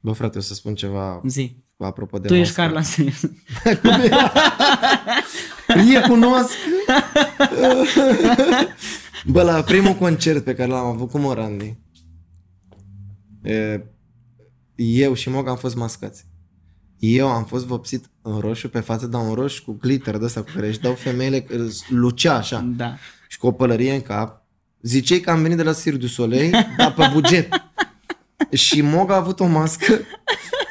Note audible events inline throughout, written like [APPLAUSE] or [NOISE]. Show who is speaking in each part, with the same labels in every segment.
Speaker 1: Bă, frate, o să spun ceva
Speaker 2: Zi.
Speaker 1: apropo de
Speaker 2: Tu ești
Speaker 1: Oscar.
Speaker 2: Carla Sims.
Speaker 1: [LAUGHS] Recunosc! Bă, la primul concert pe care l-am avut cu Morandi, e, eu și Mog am fost mascați. Eu am fost vopsit în roșu pe față, dar un roșu cu glitter de ăsta cu care își dau femeile, că îs- lucea așa,
Speaker 2: Da.
Speaker 1: și cu o pălărie în cap. Zicei că am venit de la Sir du Soleil, dar pe buget. Și Mog a avut o mască,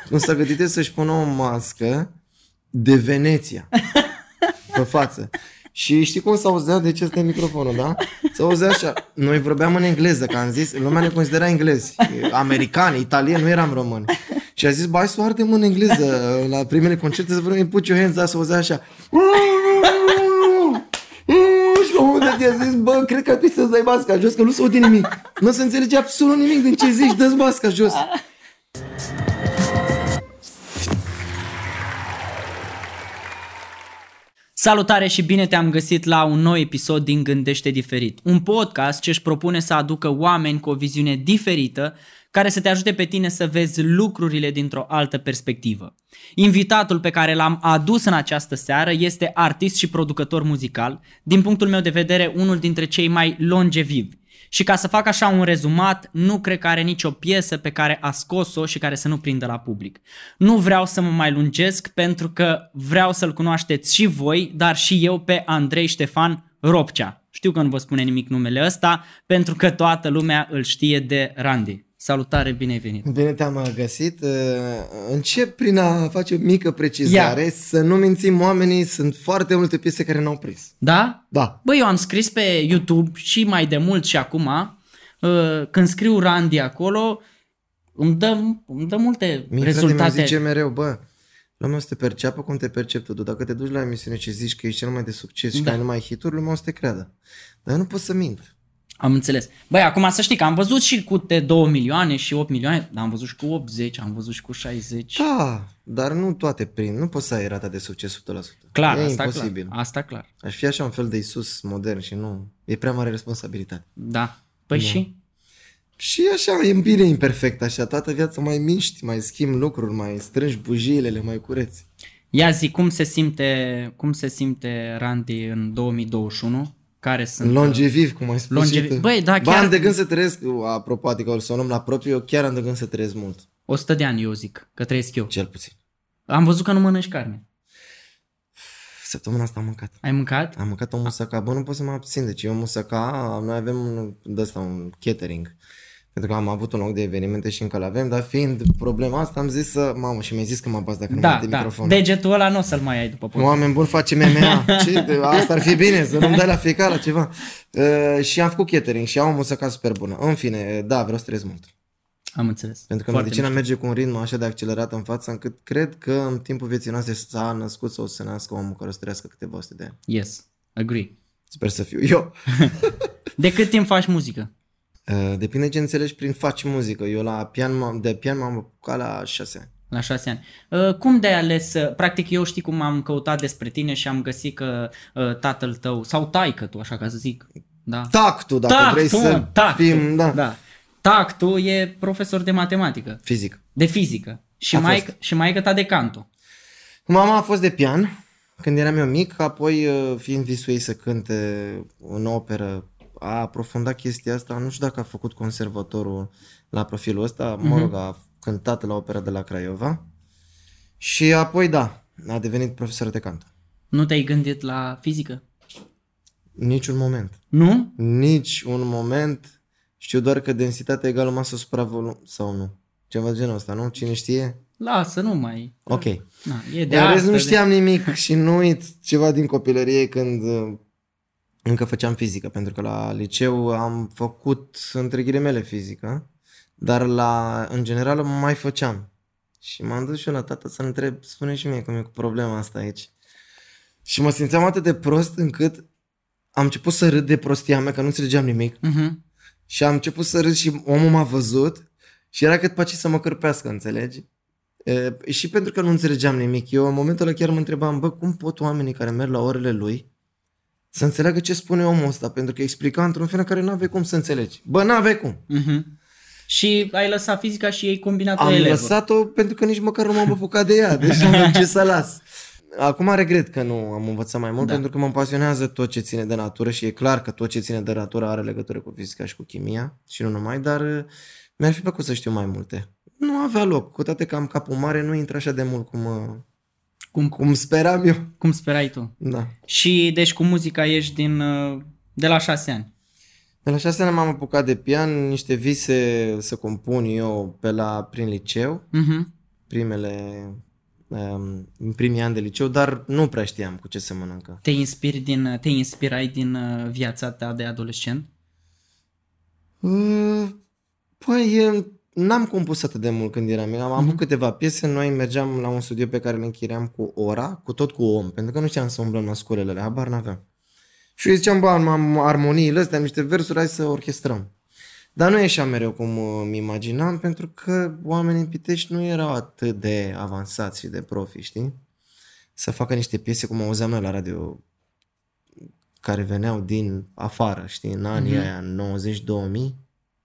Speaker 1: cum s-a gândit să-și pună o mască de Veneția pe față. Și știi cum s-auzea? Deci ăsta e microfonul, da? S-auzea așa. Noi vorbeam în engleză, că am zis, lumea ne considera englezi, americani, italieni, nu eram români. Și a zis, bă, hai să o ardem în engleză, la primele concerte să vorbim, put your hands, da, s-auzea așa. Și la un moment dat i-a zis, bă, cred că ar trebui să-ți dai masca jos, că nu se aude nimic. Nu se înțelege absolut nimic din ce zici, dă-ți masca jos.
Speaker 2: Salutare și bine te-am găsit la un nou episod din Gândește Diferit, un podcast ce își propune să aducă oameni cu o viziune diferită care să te ajute pe tine să vezi lucrurile dintr-o altă perspectivă. Invitatul pe care l-am adus în această seară este artist și producător muzical, din punctul meu de vedere unul dintre cei mai longevivi. Și ca să fac așa un rezumat, nu cred că are nicio piesă pe care a scos-o și care să nu prindă la public. Nu vreau să mă mai lungesc pentru că vreau să-l cunoașteți și voi, dar și eu pe Andrei Ștefan Ropcea. Știu că nu vă spune nimic numele ăsta, pentru că toată lumea îl știe de Randy. Salutare, bine ai venit!
Speaker 1: Bine te-am găsit. Uh, Încep prin a face o mică precizare. Ia. Să nu mințim oamenii, sunt foarte multe piese care n-au prins.
Speaker 2: Da?
Speaker 1: Da.
Speaker 2: Băi, eu am scris pe YouTube și mai de mult și acum, uh, când scriu Randy acolo, îmi dă, îmi dă multe
Speaker 1: Mie Rezultate.
Speaker 2: rezultate.
Speaker 1: Frate, zice mereu, bă, lumea o să te perceapă cum te percep tu. Tu Dacă te duci la emisiune și zici că ești cel mai de succes și
Speaker 2: Da.
Speaker 1: că ai numai hituri, lumea o să te creadă. Dar eu nu pot să mint.
Speaker 2: Am înțeles. Băi, acum să știi că am văzut și cu te 2 milioane și 8 milioane, dar am văzut și cu 80, am văzut și cu 60.
Speaker 1: Da, dar nu toate prind. Nu poți să ai rata de succes 100%.
Speaker 2: Clar,
Speaker 1: e
Speaker 2: asta
Speaker 1: imposibil.
Speaker 2: clar. Asta clar.
Speaker 1: Aș fi așa un fel de Isus modern și nu. E prea mare responsabilitate.
Speaker 2: Da. Păi și?
Speaker 1: Și așa, e bine imperfect, așa, toată viața mai miști, mai schimbi lucruri, mai strângi bujiile, le mai cureți.
Speaker 2: Ia zi, cum se simte, cum se simte Randy în 2021? Care sunt... uh,
Speaker 1: Longeviv, cum ai spus
Speaker 2: Longevi-
Speaker 1: și tu.
Speaker 2: Băi, da,
Speaker 1: Ba,
Speaker 2: chiar-
Speaker 1: am de gând să trăiesc, apropo, adică o să o luăm la propriu, eu chiar am de gând să trăiesc mult,
Speaker 2: 100 de ani, eu zic, că trăiesc eu.
Speaker 1: cel puțin.
Speaker 2: Am văzut că nu mănânci carne.
Speaker 1: Săptămâna asta am mâncat.
Speaker 2: Ai mâncat?
Speaker 1: Am mâncat o musaca, bă, nu pot să mă abțin, deci eu musaca, noi avem un, de asta, un catering. Pentru că am avut un loc de evenimente și încă l-avem, dar fiind problema asta am zis să... Mamă, și mi-ai zis că mă bați dacă nu
Speaker 2: da,
Speaker 1: mă
Speaker 2: da.
Speaker 1: microfonul.
Speaker 2: Degetul ăla nu o să-l mai ai după podcast.
Speaker 1: Oameni buni, face
Speaker 2: [LAUGHS]
Speaker 1: MMA. Ce? De- Asta ar fi bine, să nu-mi dai la fiecare la ceva. Uh, și am făcut catering și am o musaca super bună. În fine, da, vreau să trăiesc mult.
Speaker 2: Am înțeles.
Speaker 1: Pentru că
Speaker 2: Foarte
Speaker 1: medicina merge cu un ritm așa de accelerat în față, încât cred că în timpul vieții noastre s-a născut sau să nască omul care o să trăiască câteva sute de ani.
Speaker 2: mișto. Yes, agree.
Speaker 1: Sper să fiu eu.
Speaker 2: De cât timp faci muzică?
Speaker 1: Uh, Depinde ce înțelegi prin faci muzică. Eu la pian, m-am- de pian m-am apucat la șase ani.
Speaker 2: La șase ani. Uh, Cum de-ai ales, uh, practic eu știi cum am căutat despre tine și am găsit că uh, tatăl tău, sau taică tu, așa ca să zic, da?
Speaker 1: Tactul, dacă
Speaker 2: Tactul,
Speaker 1: vrei
Speaker 2: mă,
Speaker 1: să
Speaker 2: tactul.
Speaker 1: fim... Da. da.
Speaker 2: da. Tactul e profesor de matematică,
Speaker 1: Fizic.
Speaker 2: de fizică și
Speaker 1: A
Speaker 2: mai,
Speaker 1: fost.
Speaker 2: și mai ta de canto.
Speaker 1: Mama a fost de pian când eram eu mic, apoi uh, fiind visul ei să cânte în operă, a aprofundat chestia asta, nu știu dacă a făcut conservatorul la profilul ăsta, mă rog, a cântat la opera de la Craiova și apoi da, a devenit profesor de canto.
Speaker 2: Nu te-ai gândit la fizică?
Speaker 1: Niciun moment,
Speaker 2: Nu?
Speaker 1: nici un moment, știu doar că densitatea egală masă supra volum, sau nu, ceva de genul ăsta, nu? Cine știe?
Speaker 2: Lasă, nu mai...
Speaker 1: Ok.
Speaker 2: Na, e de
Speaker 1: De în rest
Speaker 2: astăzi.
Speaker 1: nu știam nimic și nu uit ceva din copilărie când uh, încă făceam fizică, pentru că la liceu am făcut, între ghilimele, fizică, dar la, în general mai făceam. Și m-am dus și eu la tata să-l întreb, spune și mie cum e cu problema asta aici. Și mă simțeam atât de prost încât am început să râd de prostia mea, că nu înțelegeam nimic.
Speaker 2: Mhm.
Speaker 1: Și am început să râd și omul m-a văzut și era cât pace să mă cărpească, înțelegi? E, și pentru că nu înțelegeam nimic, eu în momentul ăla chiar mă întrebam, bă, cum pot oamenii care merg la orele lui să înțeleagă ce spune omul ăsta? Pentru că explica într-un fel în care n-aveai cum să înțelegi. Bă, n-aveai cum.
Speaker 2: Mhm. Și ai lăsat fizica și ei combinat
Speaker 1: Am
Speaker 2: cu elevă.
Speaker 1: lăsat-o pentru că nici măcar nu m-am apucat de ea, deci nu am ce să las. Acum regret că nu am învățat mai mult,
Speaker 2: Da.
Speaker 1: da. pentru că mă pasionează tot ce ține de natură și e clar că tot ce ține de natură are legătură cu fizica și cu chimia și nu numai, dar uh, mi-ar fi plăcut să știu mai multe. Nu avea loc, cu toate că am capul mare, nu intră așa de mult cum, uh,
Speaker 2: Cum, cum,
Speaker 1: cum speram eu.
Speaker 2: cum sperai tu.
Speaker 1: Da.
Speaker 2: Și deci cu muzica ești din, uh, de la șase ani.
Speaker 1: De la șase ani m-am apucat de pian, niște vise să compun eu pe la, prin liceu.
Speaker 2: Mhm.
Speaker 1: primele um, în primii ani de liceu, dar nu prea știam cu ce se mănâncă.
Speaker 2: Te, inspiri din, te inspirai din uh, viața ta de adolescent?
Speaker 1: Uh, Păi, eh, n-am compus atât de mult când eram. mic. Am avut
Speaker 2: Mhm.
Speaker 1: câteva piese, noi mergeam la un studio pe care îl închiriam cu ora, cu tot cu om, pentru că nu știam să umblăm la sculele, habar n-aveam. Și eu ziceam, bă, am- am armoniile astea, am niște versuri, hai să orchestrăm. Dar nu ieșea mereu cum uh, îmi imaginam, pentru că oamenii în Pitești nu erau atât de avansați și de profi, știi? Să facă niște piese cum auzeam noi la radio, care veneau din afară, știi, în anii
Speaker 2: Mhm.
Speaker 1: mm-hmm. aia 90-2000,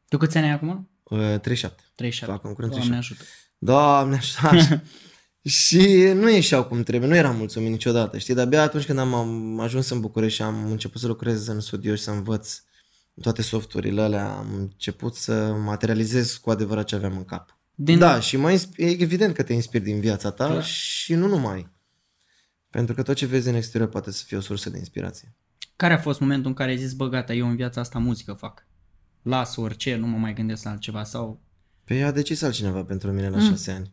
Speaker 2: Tu câți ani ai acum?
Speaker 1: uh, 37.
Speaker 2: 37.
Speaker 1: Fac în curând
Speaker 2: Doamne
Speaker 1: 37.
Speaker 2: ajută.
Speaker 1: Doamne, așa.
Speaker 2: [LAUGHS]
Speaker 1: așa. și nu ieșeau cum trebuie, nu eram mulțumit niciodată, știi? Dar abia atunci când am, am ajuns în București și am început să lucrez în studio și să învăț toate softurile alea, am început să materializez cu adevărat ce aveam în cap.
Speaker 2: Din,
Speaker 1: Da, și mai e evident că te inspiri din viața ta
Speaker 2: Clar.
Speaker 1: și nu numai. Pentru că tot ce vezi în exterior poate să fie o sursă de inspirație.
Speaker 2: Care a fost momentul în care ai zis, bă, gata, eu în viața asta muzică fac? Las orice, nu mă mai gândesc la altceva sau...
Speaker 1: Pe Păi a decis altcineva pentru mine la
Speaker 2: Mm.
Speaker 1: șase ani.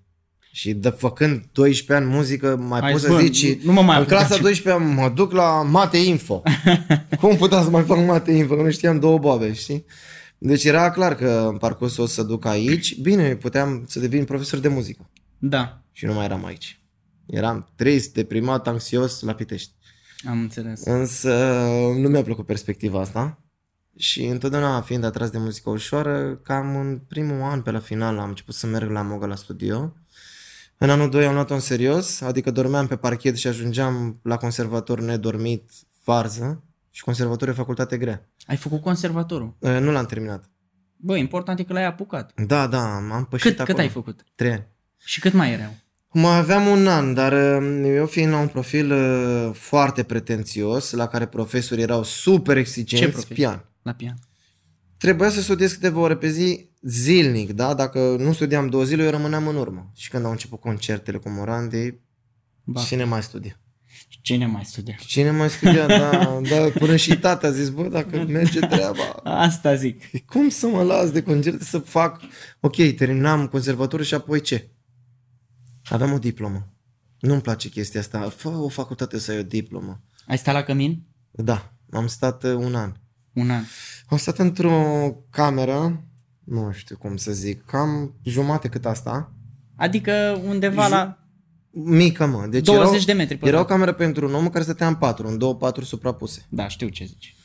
Speaker 1: Și de, făcând 12 ani muzică, mai
Speaker 2: Ai
Speaker 1: poți
Speaker 2: zis,
Speaker 1: să
Speaker 2: bă,
Speaker 1: zici... și-
Speaker 2: nu mă mai
Speaker 1: în
Speaker 2: apuc de
Speaker 1: clasa
Speaker 2: altceva.
Speaker 1: 12 mă duc la Mate Info. Cum puteam să mai fac Mate Info? Că nu știam două boabe, știi? Deci era clar că în parcurs o să duc aici. Bine, puteam să devin profesor de muzică.
Speaker 2: Da,
Speaker 1: Și nu mai eram aici. Eram trist, deprimat, anxios la Pitești.
Speaker 2: am înțeles.
Speaker 1: Însă nu mi-a plăcut perspectiva asta. Și întotdeauna fiind atras de muzică ușoară, cam în primul an pe la final am început să merg la Moga la studio. În anul 2 am luat-o în serios, adică dormeam pe parchet și ajungeam la conservator nedormit, varză și conservator e o facultate grea.
Speaker 2: Ai făcut conservatorul.
Speaker 1: E, Nu l-am terminat.
Speaker 2: Bă, important e că l-ai apucat.
Speaker 1: Da, da, am am pășit
Speaker 2: Cât,
Speaker 1: acolo.
Speaker 2: cât ai făcut?
Speaker 1: Trei ani.
Speaker 2: Și cât mai erau?
Speaker 1: Mai aveam un an, dar uh, eu fiind la un profil uh, foarte pretențios, la care profesorii erau super exigenți,
Speaker 2: profil?
Speaker 1: pian.
Speaker 2: La pian.
Speaker 1: trebuia să studiez câteva ore pe zi zilnic, da? Dacă nu studiam două zile, eu rămâneam în urmă. Și când au început concertele cu Morandi,
Speaker 2: Ba,
Speaker 1: ba.
Speaker 2: și...
Speaker 1: cine mai studia?
Speaker 2: cine mai studia?
Speaker 1: Cine mai studia? da, da, până și tata a zis, bă, dacă merge treaba,
Speaker 2: Asta zic.
Speaker 1: cum să mă las de concerte să fac? Ok, terminam conservatorul și apoi ce? Aveam o diplomă. Nu-mi place chestia asta. Fă o facultate să ai o diplomă.
Speaker 2: Ai stat la cămin?
Speaker 1: Da, am stat uh, un an.
Speaker 2: Un an.
Speaker 1: Am stat într-o cameră, nu știu cum să zic, cam jumate cât asta.
Speaker 2: Adică undeva
Speaker 1: Ju-
Speaker 2: la
Speaker 1: Mică, mă. Deci
Speaker 2: 20
Speaker 1: erau,
Speaker 2: de metri pe
Speaker 1: era o cameră pentru un om care stătea în patru, în două paturi suprapuse.
Speaker 2: Da, știu ce zici.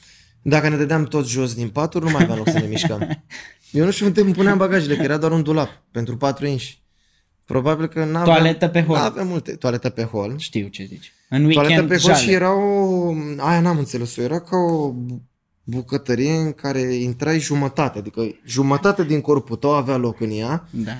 Speaker 1: Dacă ne dădeam toți jos din paturi, nu mai aveam loc să ne
Speaker 2: [LAUGHS]
Speaker 1: mișcăm. Eu nu știu unde îmi puneam bagajele, că era doar un dulap pentru patru inși. Probabil că n-aveam...
Speaker 2: Toaletă pe hol.
Speaker 1: N-aveam multe. Toaletă pe hol.
Speaker 2: Știu ce zici. În
Speaker 1: Da. Toaletă
Speaker 2: weekend
Speaker 1: pe hol
Speaker 2: jale.
Speaker 1: și era o... Aia n-am înțeles-o. Era ca o bucătărie în care intrai jumătate, adică jumătate din corpul tău avea loc în ea
Speaker 2: Da.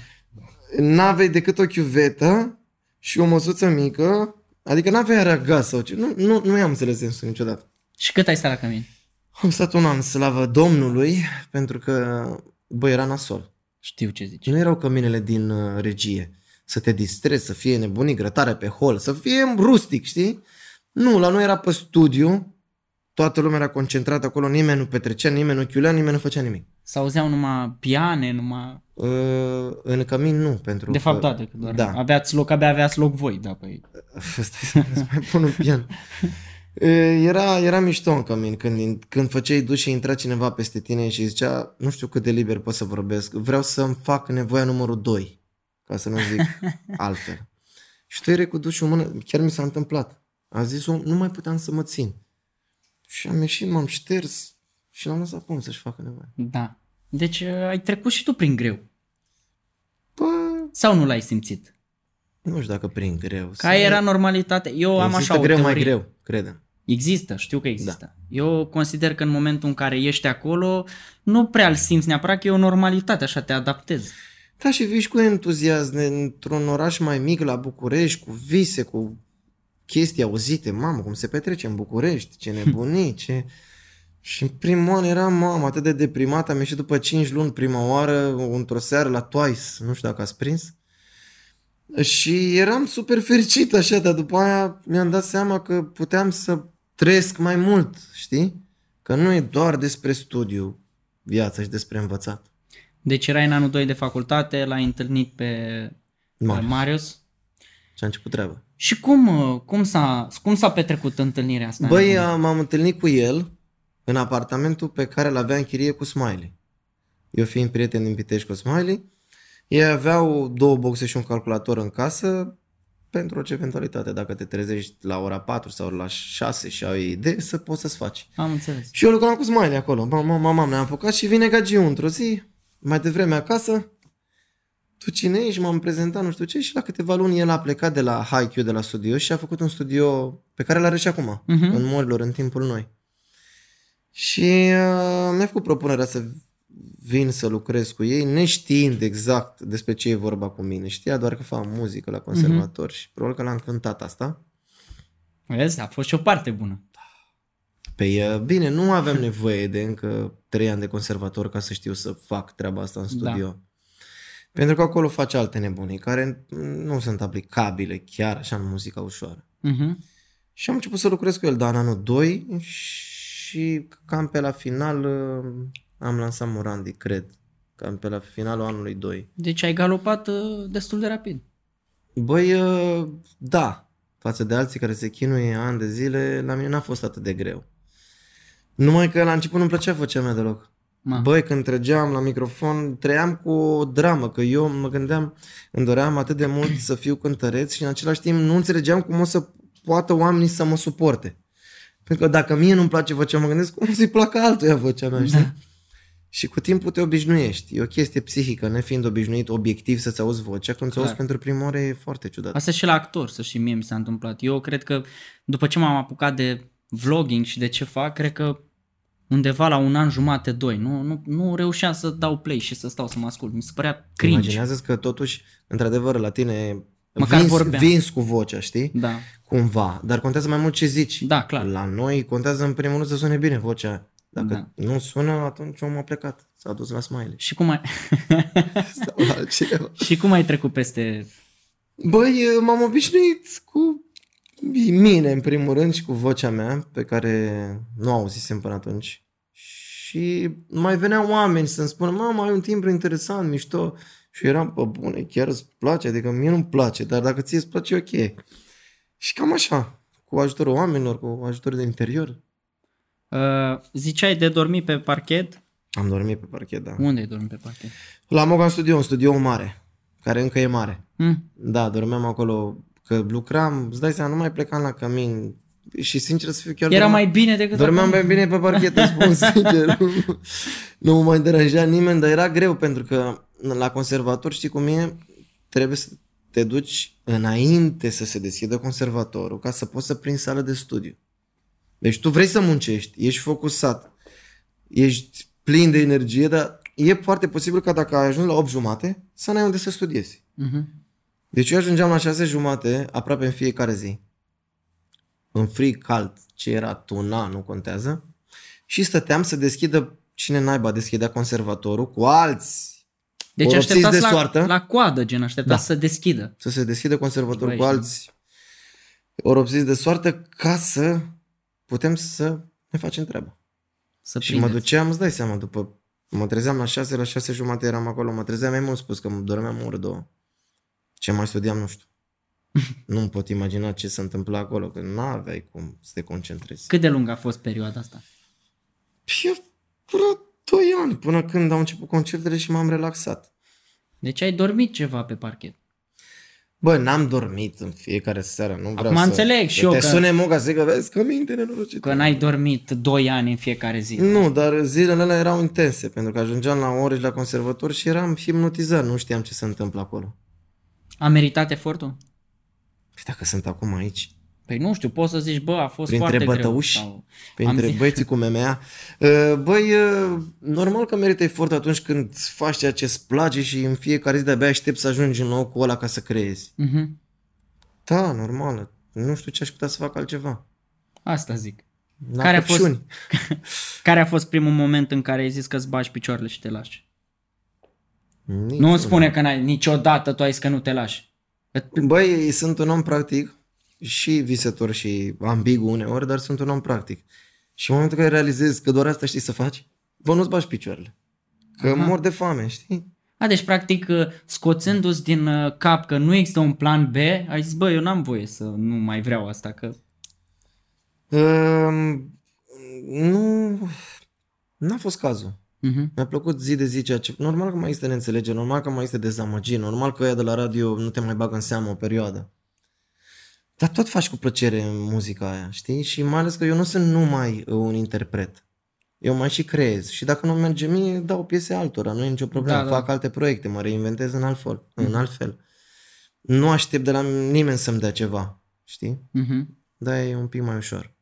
Speaker 1: n-aveai decât o chiuvetă și o măsuță mică, adică n-aveai aragaz sau ce, nu, nu, nu i-am înțeles sensul niciodată.
Speaker 2: Și cât ai stat la cămin?
Speaker 1: Am stat un an slavă Domnului, pentru că, bă, era nasol.
Speaker 2: Știu ce zici.
Speaker 1: Nu erau căminele din uh, regie, să te distrezi, să fie nebunii, grătare pe hol, să fie rustic, știi? Nu, la noi era pe studiu, toată lumea era concentrată acolo, nimeni nu petrecea, nimeni nu chiulea, nimeni nu făcea nimic.
Speaker 2: S-auzeau numai piane, numai...
Speaker 1: Uh, în cămin nu, pentru
Speaker 2: De fapt,
Speaker 1: că...
Speaker 2: da, de că doar
Speaker 1: Da.
Speaker 2: aveați loc, abia aveați loc voi, da, păi.
Speaker 1: [LAUGHS]
Speaker 2: [LAUGHS]
Speaker 1: Stai să mai pun un pian. E, Era, era mișto în cămin când, când făceai duș și intra cineva peste tine și zicea nu știu cât de liber pot să vorbesc, vreau să-mi fac nevoia numărul 2, ca să nu zic
Speaker 2: [LAUGHS]
Speaker 1: altfel. Și tu erai cu dușul în mână, chiar mi s-a întâmplat. A zis nu mai puteam să mă țin. Și am ieșit, m-am șters și l-am lăsat cum să-și facă nevoia.
Speaker 2: Da. Deci uh, ai trecut și tu prin greu.
Speaker 1: Bă,
Speaker 2: Sau nu l-ai simțit?
Speaker 1: nu știu dacă prin greu.
Speaker 2: Ca era normalitate. Eu am
Speaker 1: Există
Speaker 2: așa o
Speaker 1: greu
Speaker 2: teorie.
Speaker 1: mai greu, credem.
Speaker 2: Există, știu că există. Da. Eu consider că în momentul în care ești acolo, nu prea îl simți neapărat că e o normalitate, așa te adaptezi.
Speaker 1: Da, și vii și cu entuziasm într-un oraș mai mic la București, cu vise, cu chestii auzite, mamă, cum se petrece în București, ce nebunii, ce... Și în primul an eram, mamă, atât de deprimat, am ieșit după 5 luni prima oară, într-o seară la Twice, nu știu dacă ați prins. Și eram super fericit așa, dar după aia mi-am dat seama că puteam să trăiesc mai mult, știi? Că nu e doar despre studiu viața și despre învățat.
Speaker 2: Deci erai în anul 2 de facultate, l-ai întâlnit pe
Speaker 1: Marius.
Speaker 2: Marius. Da, Marius.
Speaker 1: Și a început treaba.
Speaker 2: Și cum, uh, cum, s-a, cum s-a petrecut întâlnirea asta?
Speaker 1: Băi, uh, a- m-am întâlnit cu el în apartamentul pe care îl avea în chirie cu Smiley. Eu fiind prieten din Pitești cu Smiley, ei aveau două boxe și un calculator în casă pentru orice eventualitate. Dacă te trezești la ora 4 sau la 6 și ai o idee, să poți să-ți faci.
Speaker 2: Am înțeles.
Speaker 1: Și eu lucram cu Smiley acolo. Mama, mama, ne-am apucat și vine Gagiu într-o zi, mai devreme acasă. Tu cine ești? M-am prezentat, nu știu ce. Și la câteva luni el a plecat de la Haikyuu, de la studio și a făcut un studio pe care l-are și acum,
Speaker 2: Mhm.
Speaker 1: în Morilor, în timpul noi. Și uh, mi-a făcut propunerea să vin să lucrez cu ei, neștiind exact despre ce e vorba cu mine. Știa doar că fac muzică la conservator și probabil că l-am cântat asta.
Speaker 2: Vezi, a fost și o parte bună.
Speaker 1: Păi uh, bine, nu avem nevoie de încă trei ani de conservator ca să știu să fac treaba asta în studio. Da. Pentru că acolo faci alte nebunii care nu sunt aplicabile chiar așa în muzica ușoară.
Speaker 2: Mhm.
Speaker 1: Și am început să lucrez cu el, dar în anul 2 și cam pe la final uh, am lansat Morandi, cred. Cam pe la finalul anului 2.
Speaker 2: Deci ai galopat uh, destul de rapid.
Speaker 1: Băi, uh, da, față de alții care se chinuie ani de zile, la mine n-a fost atât de greu. Numai că la început nu-mi plăcea vocea mea deloc.
Speaker 2: Ma.
Speaker 1: Băi, când trăgeam la microfon, trăiam cu o dramă, că eu mă gândeam, îmi doream atât de mult să fiu cântăreț și în același timp nu înțelegeam cum o să poată oamenii să mă suporte. Pentru că dacă mie nu-mi place vocea, mă gândesc cum o să-i placă altuia vocea mea, știi?
Speaker 2: Da.
Speaker 1: Și cu timpul te obișnuiești. E o chestie psihică, nefiind obișnuit obiectiv să-ți auzi vocea, când ți
Speaker 2: Clar.
Speaker 1: auzi pentru prima oară e foarte ciudat.
Speaker 2: Asta și la actor, să știi, mie mi s-a întâmplat. Eu cred că după ce m-am apucat de vlogging și de ce fac, cred că undeva la un an jumate, doi, nu, nu, nu reușeam să dau play și să stau să mă ascult. Mi se părea cringe.
Speaker 1: Imaginează-ți că totuși, într-adevăr, la tine
Speaker 2: Măcar
Speaker 1: vinzi,
Speaker 2: vorbeam.
Speaker 1: vinzi cu vocea, știi?
Speaker 2: Da,
Speaker 1: Cumva. Dar contează mai mult ce zici.
Speaker 2: da, clar.
Speaker 1: La noi contează în primul rând să sune bine vocea. Dacă da. nu sună, atunci omul a plecat. S-a dus la smiley.
Speaker 2: Și cum ai,
Speaker 1: [LAUGHS]
Speaker 2: [LAUGHS]
Speaker 1: Sau la altcineva.
Speaker 2: și cum ai trecut peste...
Speaker 1: Băi, eh, m-am obișnuit cu mine în primul rând și cu vocea mea pe care nu auzisem până atunci. Și mai veneau oameni să-mi spună, mamă, ai un timbru interesant, mișto. Și eu eram, pe bune, chiar îți place? Adică mie nu-mi place, dar dacă ție îți place, e ok. Și cam așa, cu ajutorul oamenilor, cu ajutorul de interior.
Speaker 2: Uh, ziceai de dormit pe parchet?
Speaker 1: Am dormit pe parchet, da.
Speaker 2: Unde ai dormit pe parchet?
Speaker 1: La Mogan Studio, un studio mare, care încă e mare.
Speaker 2: Mm.
Speaker 1: Da, dormeam acolo, că lucram, îți dai seama, nu mai plecam la cămin și sincer să fiu chiar...
Speaker 2: Era
Speaker 1: dormeam-
Speaker 2: mai bine decât...
Speaker 1: Dormeam
Speaker 2: acum?
Speaker 1: mai bine pe parchet, îți spun sincer. nu mă mai deranja nimeni, dar era greu pentru că la conservator, știi cum e, trebuie să te duci înainte să se deschidă conservatorul ca să poți să prinzi sală de studiu. Deci tu vrei să muncești, ești focusat, ești plin de energie, dar e foarte posibil ca dacă ai ajuns la 8 jumate să n-ai unde să studiezi.
Speaker 2: Mhm.
Speaker 1: Deci eu ajungeam la 6 jumate aproape în fiecare zi. În frig, cald, ce era, tuna, nu contează. Și stăteam să deschidă cine naiba deschidea conservatorul cu alți.
Speaker 2: Deci
Speaker 1: Oropsiți
Speaker 2: așteptați
Speaker 1: de
Speaker 2: la,
Speaker 1: soartă. Da.
Speaker 2: la coadă, gen, așteptați să deschidă.
Speaker 1: Să se deschidă conservatorul
Speaker 2: Băi,
Speaker 1: cu
Speaker 2: știu.
Speaker 1: alți oropsiți de soartă ca să putem să ne facem treaba.
Speaker 2: Să
Speaker 1: Și mă
Speaker 2: prindeți.
Speaker 1: duceam, îți dai seama, după mă trezeam la 6, la 6 jumate eram acolo, mă trezeam, mai mult spus că mă dormeam o oră, două. Ce mai studiam, nu
Speaker 2: [LAUGHS]
Speaker 1: știu. Nu-mi pot imagina ce se întâmpla acolo, că nu aveai cum să te concentrezi.
Speaker 2: Cât de lungă a fost perioada asta?
Speaker 1: Și până 2 ani, până când au început concertele și m-am relaxat.
Speaker 2: Deci ai dormit ceva pe parchet.
Speaker 1: Bă, n-am dormit în fiecare seară, nu vreau
Speaker 2: Acum
Speaker 1: să...
Speaker 2: înțeleg și
Speaker 1: că
Speaker 2: eu
Speaker 1: Te
Speaker 2: că-
Speaker 1: sune moga, zic că vezi că minte nenorocită.
Speaker 2: Că n-ai dormit 2 ani în fiecare zi.
Speaker 1: Nu, dar zilele alea erau intense, pentru că ajungeam la ore și la conservator și eram hipnotizat, nu știam ce se întâmplă acolo.
Speaker 2: A meritat efortul?
Speaker 1: Păi dacă sunt acum aici,
Speaker 2: Păi nu știu, poți să zici, bă, a fost
Speaker 1: Printre
Speaker 2: foarte greu.
Speaker 1: bătăuși?
Speaker 2: Sau...
Speaker 1: Printre
Speaker 2: Am
Speaker 1: zi...
Speaker 2: zis-
Speaker 1: băieții cu MMA. Uh, Băi, uh, normal că merită efort atunci când faci ceea ce îți place și în fiecare zi de-abia aștept să ajungi în nou cu ăla ca să creezi.
Speaker 2: Uh-huh.
Speaker 1: Da, normală. Nu știu ce aș putea să fac altceva.
Speaker 2: Asta zic.
Speaker 1: La
Speaker 2: Care a fost-
Speaker 1: căpșuni.
Speaker 2: Care a fost primul moment în care ai zis că îți bagi picioarele și te lași?
Speaker 1: Nici
Speaker 2: Nu îmi spune că n-ai, niciodată tu ai zis că nu te lași.
Speaker 1: Băi, sunt un om practic și visător și ambigu uneori, dar sunt un om practic. Și în momentul în care realizezi că doar asta știi să faci, bă, nu-ți bagi picioarele. Că
Speaker 2: Aha.
Speaker 1: mor de fame, știi?
Speaker 2: A, deci practic scoțându-ți din uh, cap că nu există un plan B, ai zis, bă, eu n-am voie să nu mai vreau asta, că...
Speaker 1: Um, nu... N-a fost cazul.
Speaker 2: Uh-huh.
Speaker 1: Mi-a plăcut zi de zi ceea ce... Normal că mai este neînțelegeri, normal că mai este dezamăgiri, normal că ea de la radio nu te mai bagă în seamă o perioadă. Dar tot faci cu plăcere muzica aia, știi? Și mai ales că eu nu sunt numai uh, un interpret. Eu mai și creez. Și dacă nu merge mie, dau piese altora, nu e nicio problemă.
Speaker 2: Da,
Speaker 1: Da,
Speaker 2: da.
Speaker 1: da. Fac alte proiecte, mă reinventez în alt fel. În alt fel. Nu aștept de la nimeni să-mi dea ceva, știi?
Speaker 2: Uh-huh.
Speaker 1: Da, e un pic mai ușor.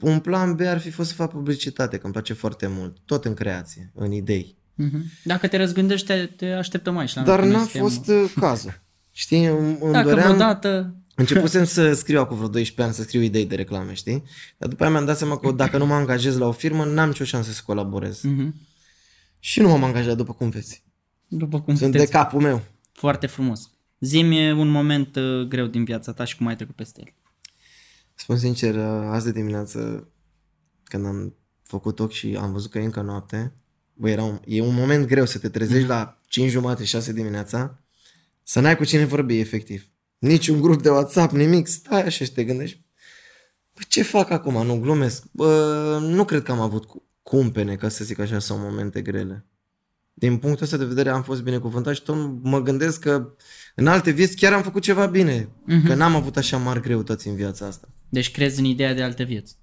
Speaker 1: Un plan B ar fi fost să fac publicitate, că îmi place foarte mult. Tot în creație, în idei.
Speaker 2: Uh-huh. Dacă te răzgândești, te, te așteptăm aici. La
Speaker 1: Dar
Speaker 2: noi,
Speaker 1: n-a
Speaker 2: suntem-
Speaker 1: fost uh,
Speaker 2: [LAUGHS]
Speaker 1: cazul. Știi, îmi, îmi
Speaker 2: Dacă
Speaker 1: doream...
Speaker 2: vreodată...
Speaker 1: [LAUGHS] Începusem să scriu acum vreo 12 ani, să scriu idei de reclame, știi? Dar după aia mi-am dat seama că dacă nu mă angajez la o firmă, n-am nicio șansă să colaborez.
Speaker 2: Uh-huh.
Speaker 1: Și nu m-am angajat după cum vezi.
Speaker 2: După cum
Speaker 1: Sunt
Speaker 2: sunteți...
Speaker 1: de capul meu.
Speaker 2: Foarte frumos. Zimi un moment uh, greu din viața ta și cum ai trecut peste el.
Speaker 1: Spun sincer, uh, azi de dimineață, când am făcut ochi și am văzut că e încă noapte, bă, era un, e un moment greu să te trezești la 5 jumate, 6 dimineața, să n-ai cu cine vorbi, efectiv. Niciun grup de WhatsApp, nimic, stai așa și te gândești. Bă, ce fac acum? Nu glumesc. Bă, nu cred că am avut cu- cumpene, ca să zic așa, sau momente grele. Din punctul ăsta de vedere am fost binecuvântat și tot mă gândesc că în alte vieți chiar am făcut ceva bine.
Speaker 2: Mhm.
Speaker 1: Că n-am avut așa mari greutăți în viața asta.
Speaker 2: Deci crezi în ideea de alte vieți.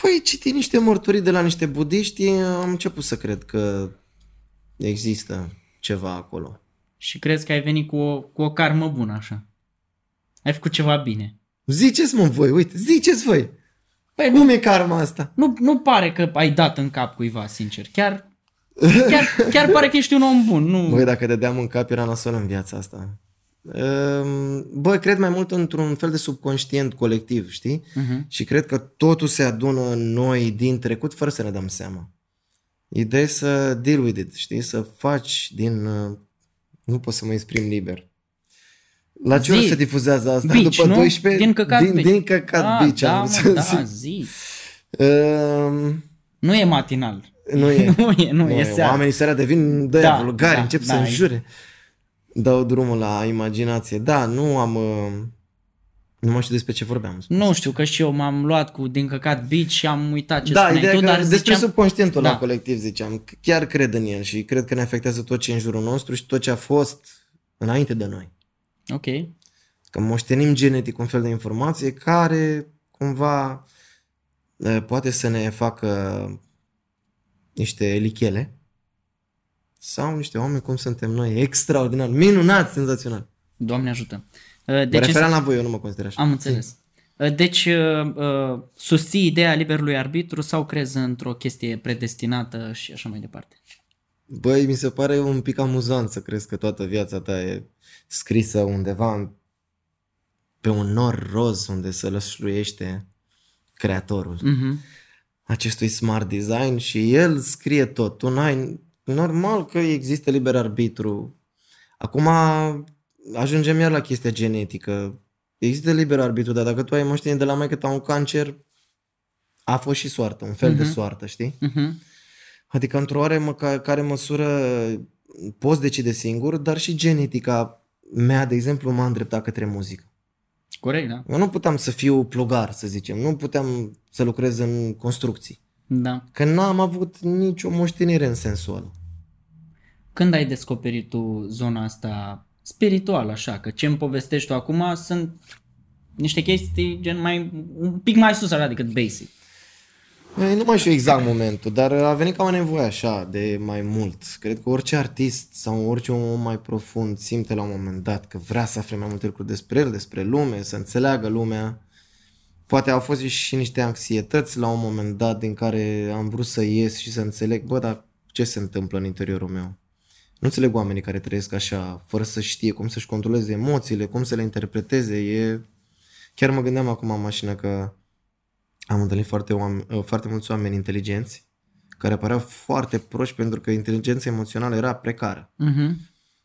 Speaker 1: Păi, citi niște mărturii de la niște budiști, am început să cred că există ceva acolo.
Speaker 2: Și crezi că ai venit cu o, cu o karmă bună așa. Ai făcut ceva bine.
Speaker 1: Ziceți mă voi, uite, ziceți voi. Păi cum e karma asta?
Speaker 2: Nu, nu pare că ai dat în cap cuiva, sincer. Chiar, chiar, chiar pare că ești un om bun. Nu.
Speaker 1: Băi, dacă dădeam în cap, era nasol în viața asta. Ehm, Bă, cred mai mult într-un fel de subconștient colectiv, știi?
Speaker 2: uh-huh.
Speaker 1: Și cred că totul se adună în noi din trecut fără să ne dăm seama. Ideea e să deal with it, știi? Să faci din... uh, Nu pot să mă exprim liber. La ce
Speaker 2: Zi.
Speaker 1: oră se difuzează asta?
Speaker 2: Beach,
Speaker 1: După
Speaker 2: nu?
Speaker 1: 12?
Speaker 2: Din căcat
Speaker 1: din,
Speaker 2: beach.
Speaker 1: din căcat
Speaker 2: Ah,
Speaker 1: beach,
Speaker 2: da,
Speaker 1: am
Speaker 2: mă,
Speaker 1: să [LAUGHS]
Speaker 2: da,
Speaker 1: zic.
Speaker 2: zi.
Speaker 1: Um,
Speaker 2: Nu e matinal.
Speaker 1: nu e.
Speaker 2: Nu e, [LAUGHS] nu, e seara.
Speaker 1: Oamenii seara devin de
Speaker 2: Da,
Speaker 1: da, vulgari,
Speaker 2: da,
Speaker 1: da, încep
Speaker 2: da,
Speaker 1: să
Speaker 2: e-
Speaker 1: înjure. Dau drumul la imaginație. Da, nu am... uh, Nu mai știu despre ce vorbeam.
Speaker 2: Nu știu, că și eu m-am luat cu din căcat bici și am uitat ce
Speaker 1: da,
Speaker 2: spuneai
Speaker 1: ideea
Speaker 2: tu,
Speaker 1: că
Speaker 2: dar
Speaker 1: despre
Speaker 2: ziceam...
Speaker 1: subconștientul
Speaker 2: Da.
Speaker 1: da. la colectiv ziceam, C- chiar cred în el și cred că ne afectează tot ce e în jurul nostru și tot ce a fost înainte de noi.
Speaker 2: Ok.
Speaker 1: Că moștenim genetic un fel de informație care cumva eh, poate să ne facă niște lichele sau niște oameni cum suntem noi, extraordinar, minunat, senzațional.
Speaker 2: Doamne ajută. Uh,
Speaker 1: Mă
Speaker 2: Deci
Speaker 1: referam la voi, eu nu mă consider așa.
Speaker 2: Am înțeles. Deci, uh, uh, susții ideea liberului arbitru sau crezi într-o chestie predestinată și așa mai departe?
Speaker 1: Băi, mi se pare un pic amuzant să crezi că toată viața ta e scrisă undeva în- pe un nor roz unde să lășluiește creatorul
Speaker 2: Uh-huh.
Speaker 1: acestui smart design și el scrie tot. Tu n-ai... Normal că există liber arbitru. Acum ajungem iar la chestia genetică. Există liber arbitru, dar dacă tu ai moștenit de la maică ta un cancer, a fost și soartă, un fel de
Speaker 2: Mhm.
Speaker 1: soartă, știi?
Speaker 2: Uh-huh.
Speaker 1: Adică într-o oare mă, ca, care măsură poți decide singur, dar și genetica mea, de exemplu, m-a îndreptat către muzică.
Speaker 2: Corect, da?
Speaker 1: Eu nu puteam să fiu plugar, să zicem, nu puteam să lucrez în construcții,
Speaker 2: Da.
Speaker 1: că n-am avut nicio moștenire în sensul ăla.
Speaker 2: Când ai descoperit tu zona asta spirituală, așa, că ce îmi povestești tu acum sunt niște chestii gen mai, un pic mai sus așa decât basic.
Speaker 1: E, Nu mai știu exact momentul, dar a venit ca o nevoie așa de mai mult. Cred că orice artist sau orice om mai profund simte la un moment dat că vrea să afle mai multe lucruri despre el, despre lume, să înțeleagă lumea. Poate au fost și niște anxietăți la un moment dat din care am vrut să ies și să înțeleg, bă, dar ce se întâmplă în interiorul meu? Nu înțeleg oamenii care trăiesc așa, fără să știe cum să-și controleze emoțiile, cum să le interpreteze. E... Chiar mă gândeam acum în mașină că am întâlnit foarte, oameni, uh, foarte mulți oameni inteligenți care păreau foarte proști pentru că inteligența emoțională era precară.
Speaker 2: Uh-huh.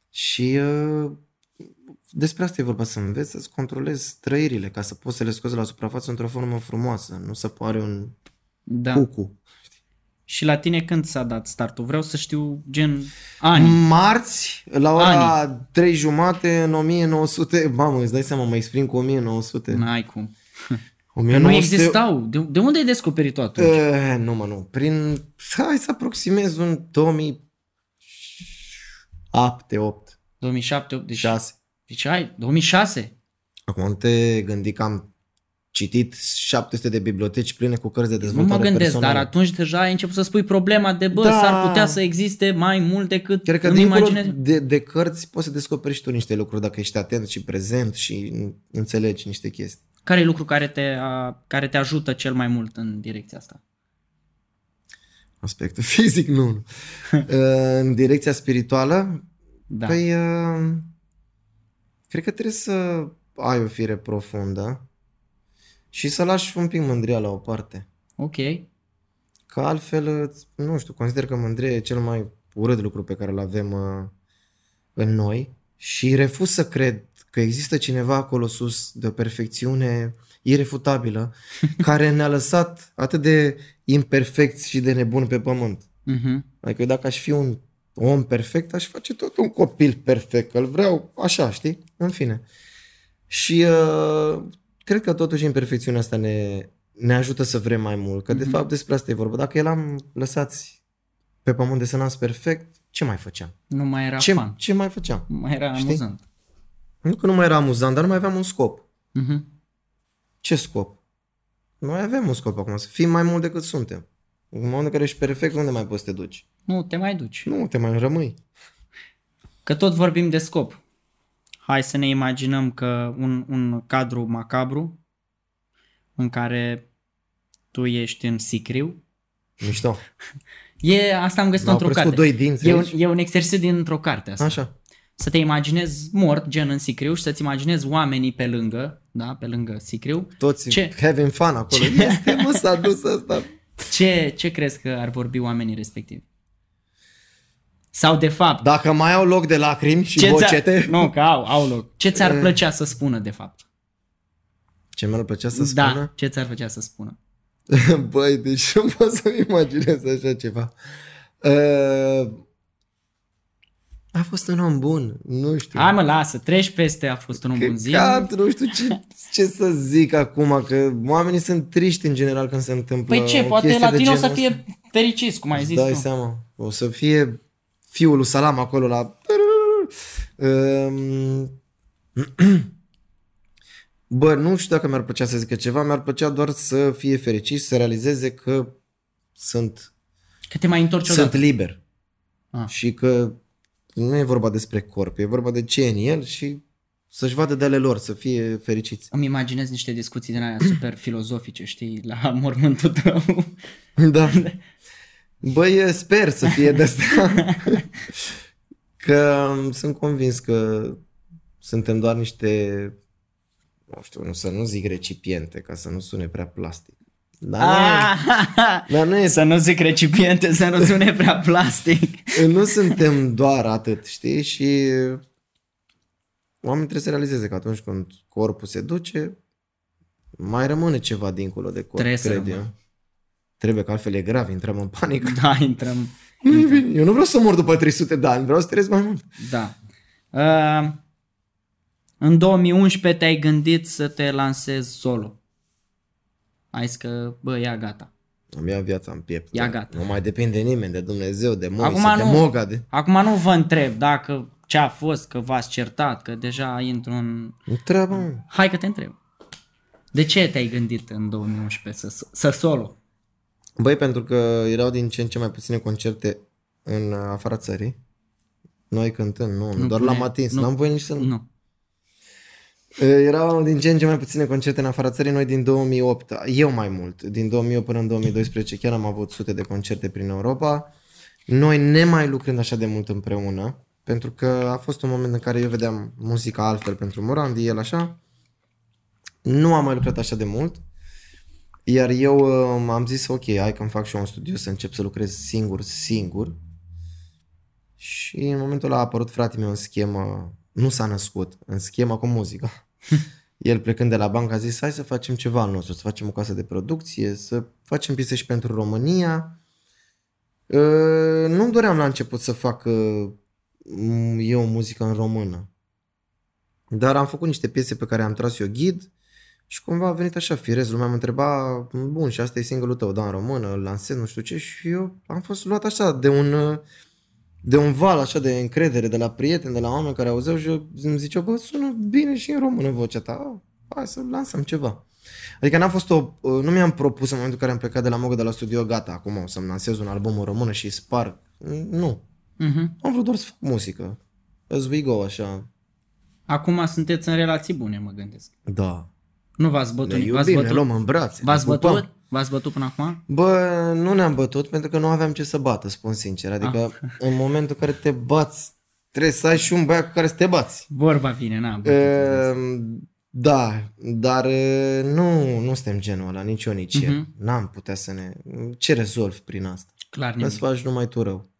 Speaker 1: Și uh, despre asta e vorba, să înveți să-ți controlezi trăirile ca să poți să le scoți la suprafață într-o formă frumoasă, nu să pare un
Speaker 2: Da.
Speaker 1: cucu.
Speaker 2: Și la tine când s-a dat startul? Vreau să știu gen ani.
Speaker 1: Mm. Marți, la ora trei 3 jumate, în 1900, mamă, îți dai seama, mă exprim cu 1900.
Speaker 2: N-ai cum.
Speaker 1: 1900
Speaker 2: Da. Nu existau. De, de unde ai descoperit tot atunci?
Speaker 1: E, Eh, nu mă, nu. Prin, hai să aproximez un 2007, 8,
Speaker 2: 2007, 8, deci,
Speaker 1: 6.
Speaker 2: deci ai, 2006.
Speaker 1: Acum nu te gândi că am citit 700 de biblioteci pline cu cărți de
Speaker 2: Nu
Speaker 1: dezvoltare
Speaker 2: mă gândesc,
Speaker 1: personală.
Speaker 2: dar atunci deja ai început să spui problema de bă,
Speaker 1: Da.
Speaker 2: s-ar putea să existe mai mult decât
Speaker 1: Cred că
Speaker 2: îmi
Speaker 1: din
Speaker 2: imaginez.
Speaker 1: imaginez... de, de cărți poți să descoperi și tu niște lucruri dacă ești atent și prezent și înțelegi niște chestii.
Speaker 2: Care e lucru care te, a, care te ajută cel mai mult în direcția asta?
Speaker 1: Aspectul [LAUGHS] fizic, nu.
Speaker 2: [LAUGHS]
Speaker 1: nu. E, În direcția spirituală, da.
Speaker 2: Da.
Speaker 1: păi, e, cred că trebuie să ai o fire profundă și să lași un pic mândria la o parte.
Speaker 2: Ok.
Speaker 1: Că altfel, îți- nu știu, consider că mândria e cel mai urât lucru pe care îl avem uh, în noi și refuz să cred că există cineva acolo sus de o perfecțiune irefutabilă care ne-a lăsat atât de imperfecți și de nebuni pe pământ.
Speaker 2: Uh-huh.
Speaker 1: Adică eu dacă aș fi un om perfect, aș face tot un copil perfect, că îl vreau așa, știi? În fine. Și uh, cred că totuși imperfecțiunea asta ne, ne ajută să vrem mai mult, că de
Speaker 2: Mhm.
Speaker 1: fapt despre asta e vorba. Dacă el am lăsați pe pământ de să nasc perfect, ce mai făceam?
Speaker 2: Nu mai era
Speaker 1: Ce,
Speaker 2: fan.
Speaker 1: ce mai făceam?
Speaker 2: Nu mai era
Speaker 1: Știi?
Speaker 2: amuzant.
Speaker 1: Nu că nu mai era amuzant, dar nu mai aveam un scop.
Speaker 2: Uh-huh.
Speaker 1: Ce scop? Noi avem un scop acum, să fim mai mult decât suntem. În momentul în care ești perfect, unde mai poți să te duci?
Speaker 2: Nu, te mai duci.
Speaker 1: Nu, te mai rămâi.
Speaker 2: Că tot vorbim de scop. Hai să ne imaginăm că un, un cadru macabru în care tu ești în sicriu.
Speaker 1: Mișto.
Speaker 2: E, asta am găsit
Speaker 1: M-au
Speaker 2: într-o
Speaker 1: crescut
Speaker 2: carte.
Speaker 1: doi dinți.
Speaker 2: E un,
Speaker 1: aici.
Speaker 2: e un exercițiu dintr-o carte asta.
Speaker 1: Așa.
Speaker 2: Să te imaginezi mort, gen în sicriu, și să-ți imaginezi oamenii pe lângă, da, pe lângă sicriu.
Speaker 1: Toți
Speaker 2: Ce?
Speaker 1: Ce? having fun acolo. Ce? [LAUGHS] Este, mă, s-a dus asta.
Speaker 2: Ce, ce crezi că ar vorbi oamenii respectivi? Sau de fapt,
Speaker 1: Dacă mai au loc de lacrimi Da, și
Speaker 2: ce
Speaker 1: ce
Speaker 2: ți-ar-
Speaker 1: bocete...
Speaker 2: Nu, că au, au loc. Ce ți-ar
Speaker 1: E.
Speaker 2: plăcea să spună de fapt?
Speaker 1: Ce mi-ar plăcea să
Speaker 2: da,
Speaker 1: spună? [LAUGHS]
Speaker 2: ce ți-ar plăcea să spună?
Speaker 1: Băi, deci nu pot să-mi imaginez așa ceva. Uh, a fost un om bun, nu știu.
Speaker 2: Hai mă, lasă, treci peste, a fost un
Speaker 1: Da. Că-
Speaker 2: bun zi.
Speaker 1: Cat, nu știu ce, ce să zic acum, că oamenii sunt triști în general când se întâmplă
Speaker 2: Păi ce,
Speaker 1: o
Speaker 2: poate
Speaker 1: chestie
Speaker 2: la
Speaker 1: de
Speaker 2: tine o să
Speaker 1: genul ăsta.
Speaker 2: fie fericiți, cum ai
Speaker 1: Îți
Speaker 2: zis
Speaker 1: dai
Speaker 2: tu.
Speaker 1: seama, o să fie fiul lui Salam acolo la... Um, [CLEARS THROAT] Bă, nu știu dacă mi-ar plăcea să zică ceva, mi-ar plăcea doar să fie fericit, să realizeze că sunt,
Speaker 2: Că te mai întorci
Speaker 1: sunt
Speaker 2: odată.
Speaker 1: liber.
Speaker 2: Ah.
Speaker 1: Și că nu e vorba despre corp, e vorba de ce e în el și să-și vadă de ale lor, să fie fericiți.
Speaker 2: Îmi imaginez niște discuții din aia
Speaker 1: [CLEARS THROAT]
Speaker 2: super filozofice, știi, la mormântul tău.
Speaker 1: [LAUGHS] Da. Băi, sper să fie de
Speaker 2: [LAUGHS]
Speaker 1: asta. că um, sunt convins că suntem doar niște, nu știu, nu să nu zic recipiente, ca să nu sune prea plastic. Dar,
Speaker 2: Ah!
Speaker 1: nu, dar nu, e,
Speaker 2: [LAUGHS] Să nu zic recipiente, să nu sune prea plastic.
Speaker 1: nu suntem doar atât, știi? Și oamenii trebuie să realizeze că atunci când corpul se duce, mai rămâne ceva dincolo de corp,
Speaker 2: Trebuie să
Speaker 1: cred eu.
Speaker 2: rămână.
Speaker 1: Trebuie, că altfel e grav, intrăm în panică.
Speaker 2: Da, intrăm.
Speaker 1: Nu e bine, eu nu vreau să mor după 300 de ani, vreau să trăiesc mai mult.
Speaker 2: Da. Uh, în 2011 te-ai gândit să te lansezi solo. Ai zis că, bă, ia gata.
Speaker 1: Am ia viața în piept.
Speaker 2: Ia gata.
Speaker 1: Nu mai depinde nimeni de Dumnezeu, de Moise,
Speaker 2: Acum
Speaker 1: de
Speaker 2: nu.
Speaker 1: Moga, de...
Speaker 2: Acum nu vă întreb dacă ce a fost, că v-ați certat, că deja intru în...
Speaker 1: Nu treabă, mă.
Speaker 2: Hai că te întreb. De ce te-ai gândit în 2011 să, să solo?
Speaker 1: Băi, pentru că erau din ce în ce mai puține concerte în uh, afara țării. Noi cântăm, nu,
Speaker 2: Nu
Speaker 1: nu doar
Speaker 2: pune-
Speaker 1: l-am atins,
Speaker 2: nu.
Speaker 1: nu. n-am voie nici să...
Speaker 2: Nu.
Speaker 1: Uh, Erau din ce în ce mai puține concerte în afara țării, noi din 2008, eu mai mult, din 2008 până în 2012 chiar am avut sute de concerte prin Europa, noi ne mai lucrând așa de mult împreună, pentru că a fost un moment în care eu vedeam muzica altfel pentru Morandi, el așa, nu am mai lucrat așa de mult, iar eu uh, am zis, ok, hai că îmi fac și eu un studio să încep să lucrez singur, singur. Și în momentul ăla a apărut fratele meu în schemă, nu s-a născut, în schemă cu muzica. El plecând de la bancă a zis, hai să facem ceva al nostru, să facem o casă de producție, să facem piese și pentru România. Uh, Nu-mi doream la început să fac uh, m- eu muzică în română. Dar am făcut niște piese pe care am tras eu ghid și cumva a venit așa firesc, lumea mă întreba, bun, și asta e single-ul tău, da, în română, îl lansez, nu știu ce, și eu am fost luat așa de un, uh, de un val așa de încredere de la prieteni, de la oameni care auzeau și eu îmi ziceau, bă, sună bine și în română vocea ta, hai să lansăm ceva. Adică n-a fost o, uh, nu mi-am propus în momentul în care am plecat de la Moga de la studio, gata, acum o să-mi lansez un album în română și îi sparg. Nu,
Speaker 2: Uh-huh.
Speaker 1: am vrut doar să fac muzică. As we go, așa.
Speaker 2: Acum sunteți în relații bune, mă gândesc.
Speaker 1: Da.
Speaker 2: Nu v-ați bătut.
Speaker 1: Ne
Speaker 2: v-ați
Speaker 1: iubim, ne
Speaker 2: bătut,
Speaker 1: luăm în brațe. ne
Speaker 2: v-ați
Speaker 1: pupăm.
Speaker 2: bătut, v-ați bătut până acum?
Speaker 1: Bă, nu ne-am bătut pentru că nu aveam ce să bată, spun sincer. Adică
Speaker 2: Ah.
Speaker 1: în momentul în care te bați, trebuie să ai și un băiat cu care să te bați.
Speaker 2: Vorba vine, na. bătut.
Speaker 1: Ehm, Da, dar e, nu, nu suntem genul ăla, nici eu, nici el.
Speaker 2: Mhm.
Speaker 1: N-am putea să ne... Ce rezolvi prin asta?
Speaker 2: Clar
Speaker 1: Îți
Speaker 2: nimic.
Speaker 1: faci numai tu rău.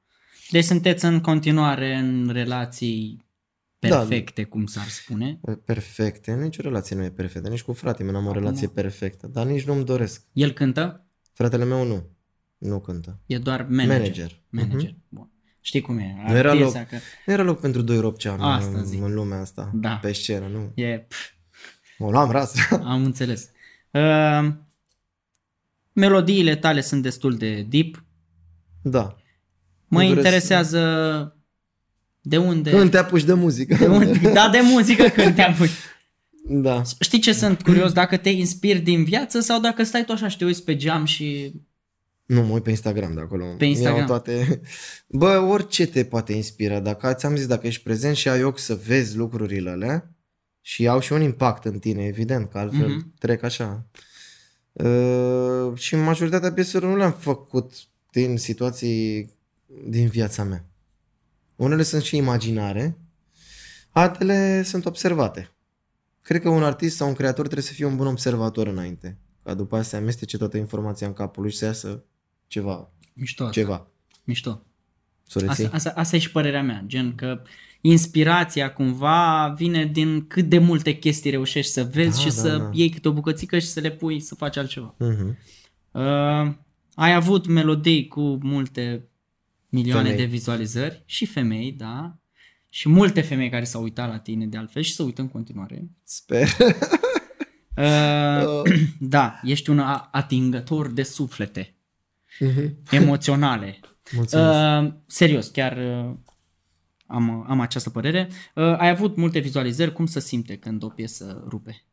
Speaker 2: Deci sunteți în continuare în relații
Speaker 1: Da.
Speaker 2: perfecte, cum s-ar spune.
Speaker 1: Perfecte, nicio relație nu e perfectă, nici cu fratele meu n-am o
Speaker 2: Acum-
Speaker 1: relație perfectă, dar nici nu-mi doresc.
Speaker 2: El cântă,
Speaker 1: Fratele meu nu, nu cântă.
Speaker 2: e doar manager.
Speaker 1: Manager. Mhm.
Speaker 2: Manager. Bun. Știi cum e.
Speaker 1: Nu era
Speaker 2: artiza
Speaker 1: loc.
Speaker 2: Că
Speaker 1: Nu era loc pentru doi ropceani
Speaker 2: Asta
Speaker 1: în,
Speaker 2: zic.
Speaker 1: în lumea asta,
Speaker 2: Da.
Speaker 1: pe scenă, nu.
Speaker 2: e, pf,
Speaker 1: O luam rasă.
Speaker 2: am înțeles. Uh, melodiile tale sunt destul de deep.
Speaker 1: [LAUGHS] da.
Speaker 2: Mă
Speaker 1: Nu doresc-
Speaker 2: interesează de unde...
Speaker 1: Când te apuci de muzică.
Speaker 2: De unde? Da, de muzică când te-am pus.
Speaker 1: Da.
Speaker 2: Știi ce sunt curios? Dacă te inspiri din viață sau dacă stai tu așa și te uiți pe geam și...
Speaker 1: Nu, mă uit pe Instagram de acolo.
Speaker 2: Pe Instagram.
Speaker 1: Iau toate... Bă, orice te poate inspira. Dacă ți-am zis, dacă ești prezent și ai ochi să vezi lucrurile alea și au și un impact în tine, evident, că altfel
Speaker 2: Mhm.
Speaker 1: trec așa. Uh, și majoritatea pieselor nu le-am făcut din situații din viața mea. Unele sunt și imaginare, altele sunt observate. Cred că un artist sau un creator trebuie să fie un bun observator înainte, ca după aia să amestece toată informația în capul lui și să iasă ceva,
Speaker 2: Mișto, asta,
Speaker 1: ceva.
Speaker 2: mișto.
Speaker 1: Soreții?
Speaker 2: Asta, asta, asta e și părerea mea, gen că inspirația cumva vine din cât de multe chestii reușești să vezi
Speaker 1: Da,
Speaker 2: și
Speaker 1: da,
Speaker 2: să
Speaker 1: da.
Speaker 2: iei câte o bucățică și să le pui să faci altceva.
Speaker 1: Mhm.
Speaker 2: Uh, ai avut melodii cu multe milioane
Speaker 1: Femei.
Speaker 2: de vizualizări și femei, da, și multe femei care s-au uitat la tine de altfel și se uită în continuare. [LAUGHS]
Speaker 1: Sper.
Speaker 2: Uh, [CLEARS THROAT] da, ești un a- atingător de suflete
Speaker 1: Mhm.
Speaker 2: emoționale.
Speaker 1: Mulțumesc.
Speaker 2: Uh, serios, chiar uh, am, am această părere. Uh, ai avut multe vizualizări, cum se simte când o piesă rupe?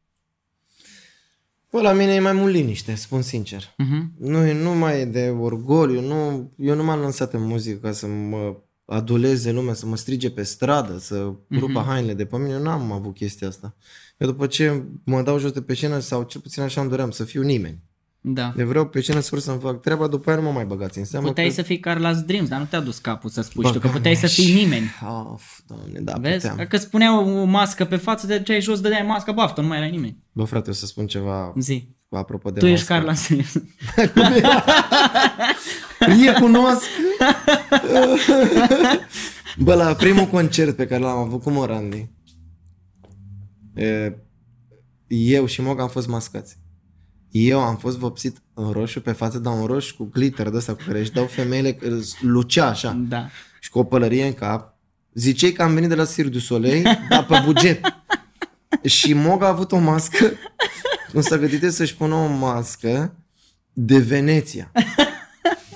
Speaker 1: Bă, la mine e mai mult liniște, spun sincer.
Speaker 2: Uh-huh.
Speaker 1: Nu, e- nu mai e de orgoliu, nu, eu nu m-am lansat în muzică ca să mă aduleze lumea, să mă strige pe stradă, să
Speaker 2: Mhm.
Speaker 1: rupă hainele de pe mine, eu n-am avut chestia asta. Eu după ce mă dau jos de pe scenă, sau cel puțin așa îmi doream, să fiu nimeni.
Speaker 2: Da.
Speaker 1: Eu vreau pe scenă sur să-mi fac treaba, după aia nu mă mai băgați în seamă
Speaker 2: Puteai
Speaker 1: că...
Speaker 2: să fii Carla's Dreams, dar nu te-a dus capul să spui și tu, că
Speaker 1: Băga-mea
Speaker 2: puteai să fii
Speaker 1: și-
Speaker 2: nimeni.
Speaker 1: [LAUGHS] Of, doamne, da,
Speaker 2: Vezi?
Speaker 1: puteam.
Speaker 2: Dacă spunea o o mască pe față, te duceai jos, dădeai masca, baftă, nu mai erai nimeni.
Speaker 1: Bă, frate, o să spun ceva
Speaker 2: Zi.
Speaker 1: apropo de
Speaker 2: Mm. Tu ești
Speaker 1: mască.
Speaker 2: Carla's Dreams. [LAUGHS]
Speaker 1: Recunosc. [LAUGHS] Bă, la primul concert pe care l-am avut cu Morandi, e, eu și Mog am fost mascați. Eu am fost vopsit în roșu pe față, dar un roșu cu glitter de ăsta cu care își dau femeile, îs- lucea așa
Speaker 2: da.
Speaker 1: și cu o pălărie în cap. Zicei că am venit de la Sir du Soleil, dar pe buget. Și Mog a avut o mască, cum s-a gândit el să-și pună o mască de Veneția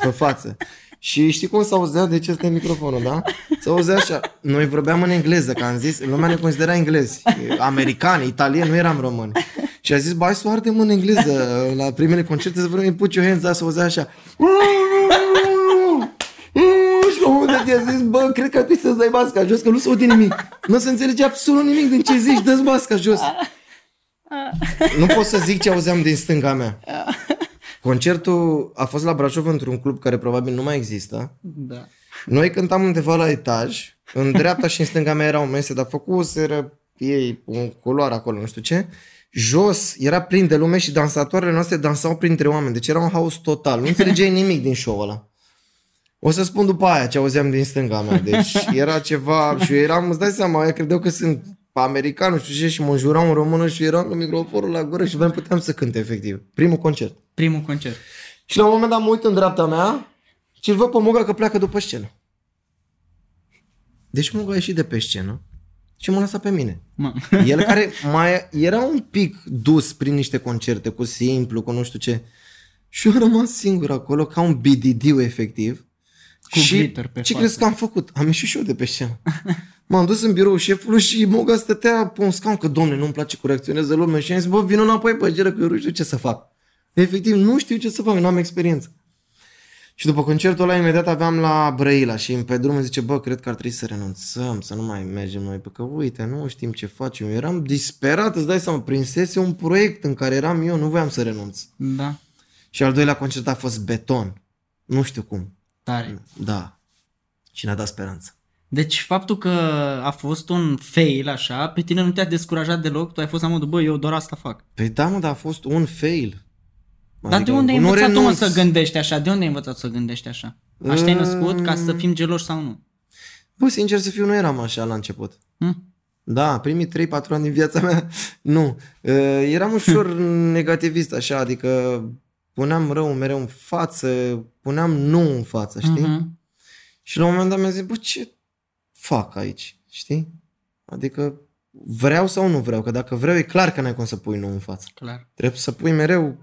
Speaker 1: pe față. Și știi cum s-auzea? De ce este microfonul, da? S-auzea așa. Noi vorbeam în engleză, că am zis, lumea ne considera englezi, americani, italieni, nu eram români. Și a zis, ba, hai să o ardem în engleză la primele concerte să vorbim Put Your Hands Up, să o așa. Și la un moment dat i-a zis, bă, cred că ar trebui să-ți dai masca jos, că nu se aude nimic. Nu se înțelege absolut nimic din ce zici, dă-ți masca jos. Nu pot să zic ce auzeam din stânga mea. Concertul a fost la Brașov într-un club care probabil nu mai există.
Speaker 2: Da.
Speaker 1: Noi cântam undeva la etaj, în dreapta și în stânga mea erau mese, dar făcuseră ei un culoar acolo, nu știu ce. Jos era plin de lume și dansatoarele noastre dansau printre oameni, deci era un haos total. Nu înțelegeai nimic din show-ul ăla. O să spun după aia ce auzeam din stânga mea, deci era ceva și eu eram, îți dai seama, eu credeau că sunt american, nu știu ce, și mă înjurau în română și eram cu microfonul la gură și nu puteam să cânt efectiv. Primul concert.
Speaker 2: Primul concert.
Speaker 1: Și la un moment dat mă uit în dreapta mea și îl văd pe Moga că pleacă după scenă. Deci Moga a ieșit de pe scenă și m-a lăsat pe mine.
Speaker 2: Mamă.
Speaker 1: [LAUGHS] El care mai era un pic dus prin niște concerte cu simplu, cu nu știu ce. Și eu am rămas singur acolo ca un BDD efectiv.
Speaker 2: Cu
Speaker 1: și
Speaker 2: glitter pe
Speaker 1: ce
Speaker 2: față.
Speaker 1: crezi că am făcut? Am ieșit și eu de pe scenă. [LAUGHS] M-am dus în birou șefului și Moga stătea pe un scaun că, domne, nu-mi place cum reacționează lumea și am zis, bă, vin înapoi pe geră că eu nu știu ce să fac. Efectiv, nu știu ce să fac, nu am experiență. Și după concertul ăla, imediat aveam la Brăila și pe drum îmi zice, bă, cred că ar trebui să renunțăm, să nu mai mergem noi, pentru că uite, nu știm ce facem. Eu eram disperat, îți dai seama, prinsese un proiect în care eram eu, nu voiam să renunț.
Speaker 2: Da.
Speaker 1: Și al doilea concert a fost beton. Nu știu cum.
Speaker 2: Tare.
Speaker 1: Da. Și ne-a dat speranță.
Speaker 2: Deci faptul că a fost un fail așa, pe tine nu te-a descurajat deloc, tu ai fost la modul, bă, eu doar asta fac.
Speaker 1: Păi da, mă, dar a fost un fail. Adică
Speaker 2: Dar de unde ai
Speaker 1: nu
Speaker 2: învățat tu mă
Speaker 1: renunț.
Speaker 2: să gândești așa? De unde ai învățat să gândești așa? Așa te-ai născut ca să fim geloși sau nu?
Speaker 1: Bă, sincer să fiu, nu eram așa la început.
Speaker 2: Hm?
Speaker 1: Da, primii 3-4 ani din viața mea, [LAUGHS] nu. Uh, eram
Speaker 2: [LAUGHS]
Speaker 1: ușor negativist, așa, adică puneam rău mereu în față, puneam nu în față, știi? Uh-huh.
Speaker 2: Mhm.
Speaker 1: Și la un moment dat mi-am zis, bă, ce fac aici, știi? Adică vreau sau nu vreau, că dacă vreau e clar că n-ai cum să pui nu în față.
Speaker 2: Clar.
Speaker 1: Trebuie să pui mereu,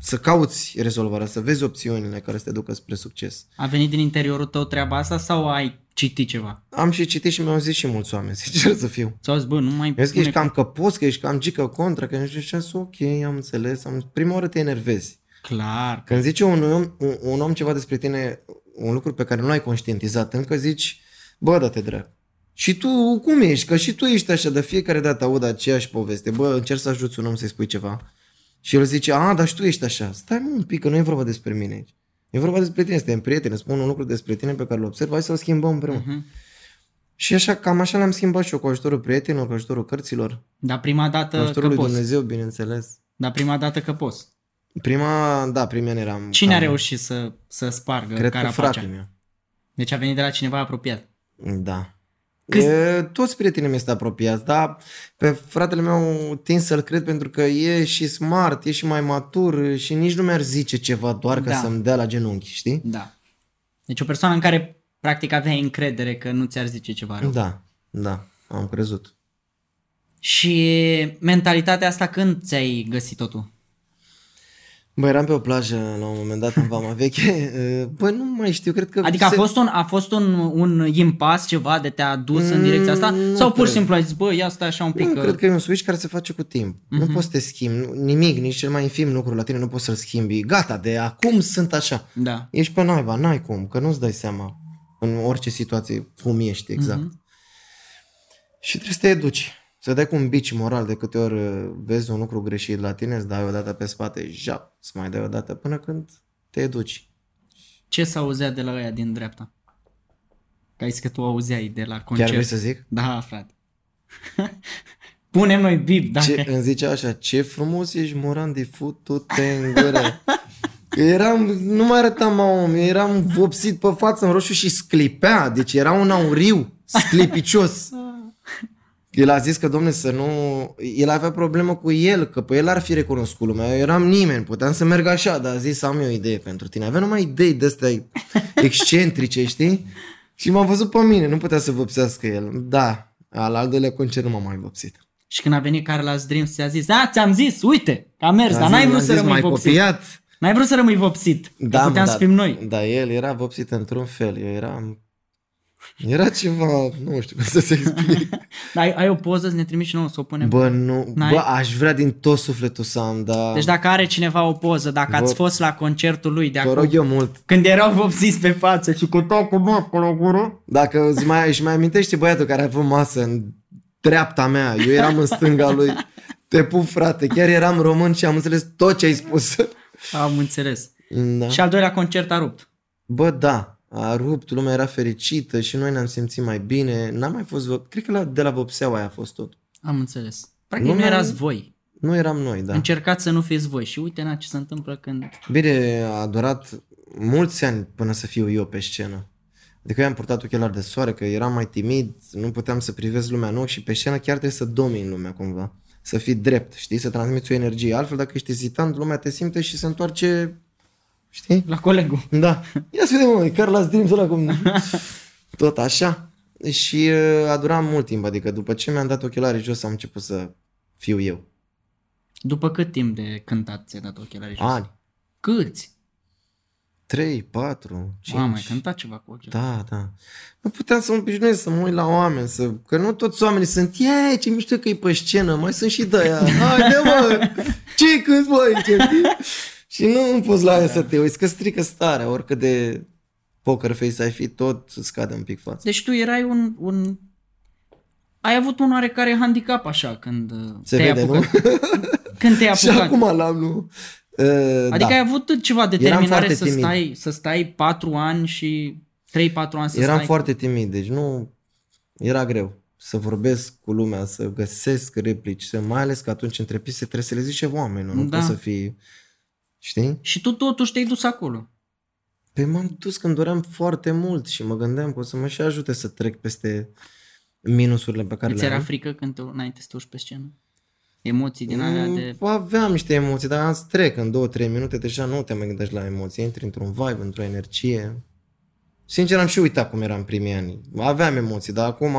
Speaker 1: să cauți rezolvarea, să vezi opțiunile care să te ducă spre succes.
Speaker 2: A venit din interiorul tău treaba asta sau ai citit ceva?
Speaker 1: Am și citit și mi-au zis și mulți oameni, [LAUGHS] sincer să fiu.
Speaker 2: Ți-au zis, bă, nu mai
Speaker 1: Vezi că
Speaker 2: pune-
Speaker 1: ești cam căpos, că ești cam gică contra, că nu știu ce, sunt ok, am înțeles. Am... Prima oară te enervezi.
Speaker 2: Clar.
Speaker 1: Când zice un om, un, un om ceva despre tine, un lucru pe care nu l-ai conștientizat încă, zici, bă, da te drag. Și tu cum ești? Că și tu ești așa, de fiecare dată aud aceeași poveste. Bă, încerc să ajuți un om să-i spui ceva. Și el zice, a, dar și tu ești așa. Stai mă un pic, că nu e vorba despre mine aici. E vorba despre tine, suntem prieteni, îți spun un lucru despre tine pe care îl observ, hai să-l schimbăm împreună.
Speaker 2: Mhm.
Speaker 1: Și așa, cam așa le-am schimbat și eu, cu ajutorul prietenilor, cu ajutorul cărților,
Speaker 2: Dar prima dată că
Speaker 1: Ajutorul lui
Speaker 2: poți.
Speaker 1: Dumnezeu, bineînțeles.
Speaker 2: Dar prima dată că poți.
Speaker 1: Prima, da, primii ani eram...
Speaker 2: Cine a
Speaker 1: cam-
Speaker 2: reușit să, să spargă
Speaker 1: Cred că
Speaker 2: carapacea?
Speaker 1: fratele meu.
Speaker 2: Deci a venit de la cineva apropiat.
Speaker 1: Da.
Speaker 2: Câți-
Speaker 1: E, toți prietenii mei sunt apropiați, dar pe fratele meu tind să-l cred pentru că e și smart, e și mai matur și nici nu mi-ar zice ceva doar ca
Speaker 2: Da.
Speaker 1: să-mi dea la genunchi, știi?
Speaker 2: Da. Deci o persoană în care practic aveai încredere că nu ți-ar zice ceva rău.
Speaker 1: Da, da, am crezut.
Speaker 2: Și mentalitatea asta când ți-ai găsit-o tu?
Speaker 1: Bă, eram pe o plajă la un moment dat în Vama Veche. [LAUGHS] E, Bă, nu mai știu, cred că...
Speaker 2: Adică a fost un, a fost un, un impas ceva de te-a dus în direcția asta?
Speaker 1: Mm,
Speaker 2: Sau
Speaker 1: nu
Speaker 2: pur și
Speaker 1: cred.
Speaker 2: simplu ai zis, bă, ia stai așa un pic. uh, Mhm.
Speaker 1: Nu,
Speaker 2: că-
Speaker 1: cred că e un switch care se face cu timp. Mm-hmm. Nu poți să te schimbi nu- nimic, nici cel mai infim lucru la tine nu poți să-l schimbi. Gata, de acum sunt așa.
Speaker 2: Da.
Speaker 1: Ești pe naiba, n-ai cum, că nu-ți dai seama în orice situație cum ești exact.
Speaker 2: Mhm.
Speaker 1: Mm-hmm. Și trebuie să te educi. Să dai cu un bici moral de câte ori uh, vezi un lucru greșit la tine, îți dai o dată pe spate, jap, să mai dai o dată până când te educi.
Speaker 2: Ce s-auzea de la ăia din dreapta? Că ai zis că tu auzeai de la
Speaker 1: Chiar
Speaker 2: concert.
Speaker 1: vrei să zic?
Speaker 2: Da, frate. [LAUGHS] Punem noi bip, da. dacă...
Speaker 1: Ce, îmi zicea așa, ce frumos ești moran de futute în gură. Eram, nu mai arătam ma om, eram vopsit pe față în roșu și sclipea, deci era un auriu sclipicios. El a zis că, domne, să nu... El avea problemă cu el, că pe el ar fi recunoscut lumea. Eu eram nimeni, puteam să merg așa, dar a zis am eu o idee pentru tine. Avea numai idei de-astea excentrice, știi? Și m-a văzut pe mine, nu putea să vopsească el. Da, al al doilea concert nu m-am mai vopsit.
Speaker 2: Și când a venit Carla's Dreams, ți-a zis, a, ți-am zis, uite, că a mers, dar n-ai vrut să rămâi
Speaker 1: mai
Speaker 2: vopsit.
Speaker 1: copiat.
Speaker 2: N-ai vrut să rămâi vopsit, da, că
Speaker 1: mă,
Speaker 2: puteam să fim noi.
Speaker 1: Da, el era vopsit într-un fel. Eu eram Era ceva, nu știu cum să se
Speaker 2: [LAUGHS]
Speaker 1: explic.
Speaker 2: Ai, ai o poză, să ne trimiți și nouă să o punem.
Speaker 1: Bă, nu,
Speaker 2: N-ai?
Speaker 1: bă, aș vrea din tot sufletul să am, dar
Speaker 2: Deci dacă are cineva o poză, dacă
Speaker 1: Vă-
Speaker 2: ați fost la concertul lui de
Speaker 1: vă
Speaker 2: acum,
Speaker 1: rog eu mult.
Speaker 2: când erau vopsiți pe față și cântau cu mă acolo gură.
Speaker 1: Dacă îți mai, își mai amintești băiatul care a avut masă în dreapta mea, eu eram în stânga lui, te pup frate, chiar eram român și am înțeles tot ce ai spus.
Speaker 2: Am înțeles.
Speaker 1: Da.
Speaker 2: Și al doilea concert a rupt.
Speaker 1: Bă, da, a rupt, lumea era fericită și noi ne-am simțit mai bine. N-am mai fost, vop- cred că la, de la Vopseaua aia a fost tot.
Speaker 2: Am înțeles. Practic nu,
Speaker 1: Nu
Speaker 2: nu
Speaker 1: mai-
Speaker 2: erați voi.
Speaker 1: Nu eram noi, da.
Speaker 2: Da. Încercați să nu fiți voi și uite na ce se întâmplă când...
Speaker 1: Bine, a durat mulți ani până să fiu eu pe scenă. Adică eu am purtat ochelari de soare, că eram mai timid, nu puteam să privesc lumea în ochi și pe scenă chiar trebuie să domini lumea cumva. Să fii drept, știi? Să transmiți o energie. Altfel, dacă ești ezitant, lumea te simte și se întoarce, știi?
Speaker 2: La colegul.
Speaker 1: Da. Ia să vedem, mă, Carlos Dreams ăla cum... Tot așa. Și uh, a durat mult timp, adică după ce mi-am dat ochelari jos am început să fiu eu.
Speaker 2: După cât timp de cântat ți-ai dat ochelarii jos?
Speaker 1: Ani.
Speaker 2: Câți?
Speaker 1: 3, 4, 5.
Speaker 2: Mamă, ai cântat ceva cu ochelari.
Speaker 1: Da, da. Nu puteam să mă obișnuiesc să mă uit la oameni, să... că nu toți oamenii sunt, ei, ce mișto că e pe scenă, mai sunt și de
Speaker 2: [LAUGHS]
Speaker 1: aia. Haide, mă! Ce cât, mă, ce știi?" Și nu poți la aia să te uiți, că strică starea, oricât de poker face ai fi, tot îți cade un pic față.
Speaker 2: Deci tu erai un, un... Ai avut un oarecare handicap așa când uh,
Speaker 1: Se
Speaker 2: te-ai
Speaker 1: vede, nu?
Speaker 2: apucat.
Speaker 1: [LAUGHS]
Speaker 2: Când te-ai
Speaker 1: Și
Speaker 2: apucat.
Speaker 1: acum l-am, nu? Uh,
Speaker 2: Adică
Speaker 1: da.
Speaker 2: ai avut ceva
Speaker 1: foarte
Speaker 2: determinare să
Speaker 1: timid.
Speaker 2: stai, să stai 4 ani și 3-4 ani să
Speaker 1: Eram
Speaker 2: stai.
Speaker 1: foarte timid, deci nu... Era greu să vorbesc cu lumea, să găsesc replici, să mai ales că atunci între piste trebuie să le zice oamenii, nu
Speaker 2: Da.
Speaker 1: da. poți să fii... Știi?
Speaker 2: Și tu totuși te-ai dus acolo.
Speaker 1: Păi m-am dus când doream foarte mult și mă gândeam că o să mă și ajute să trec peste minusurile pe care
Speaker 2: Îți
Speaker 1: le
Speaker 2: era
Speaker 1: am.
Speaker 2: frică când te, înainte să te urci pe scenă? Emoții din alea de...
Speaker 1: Mm, Aveam niște emoții, dar îți trec în 2-3 minute, deja nu te mai gândești la emoții, intri într-un vibe, într-o energie. Sincer, am și uitat cum eram în primii ani. Aveam emoții, dar acum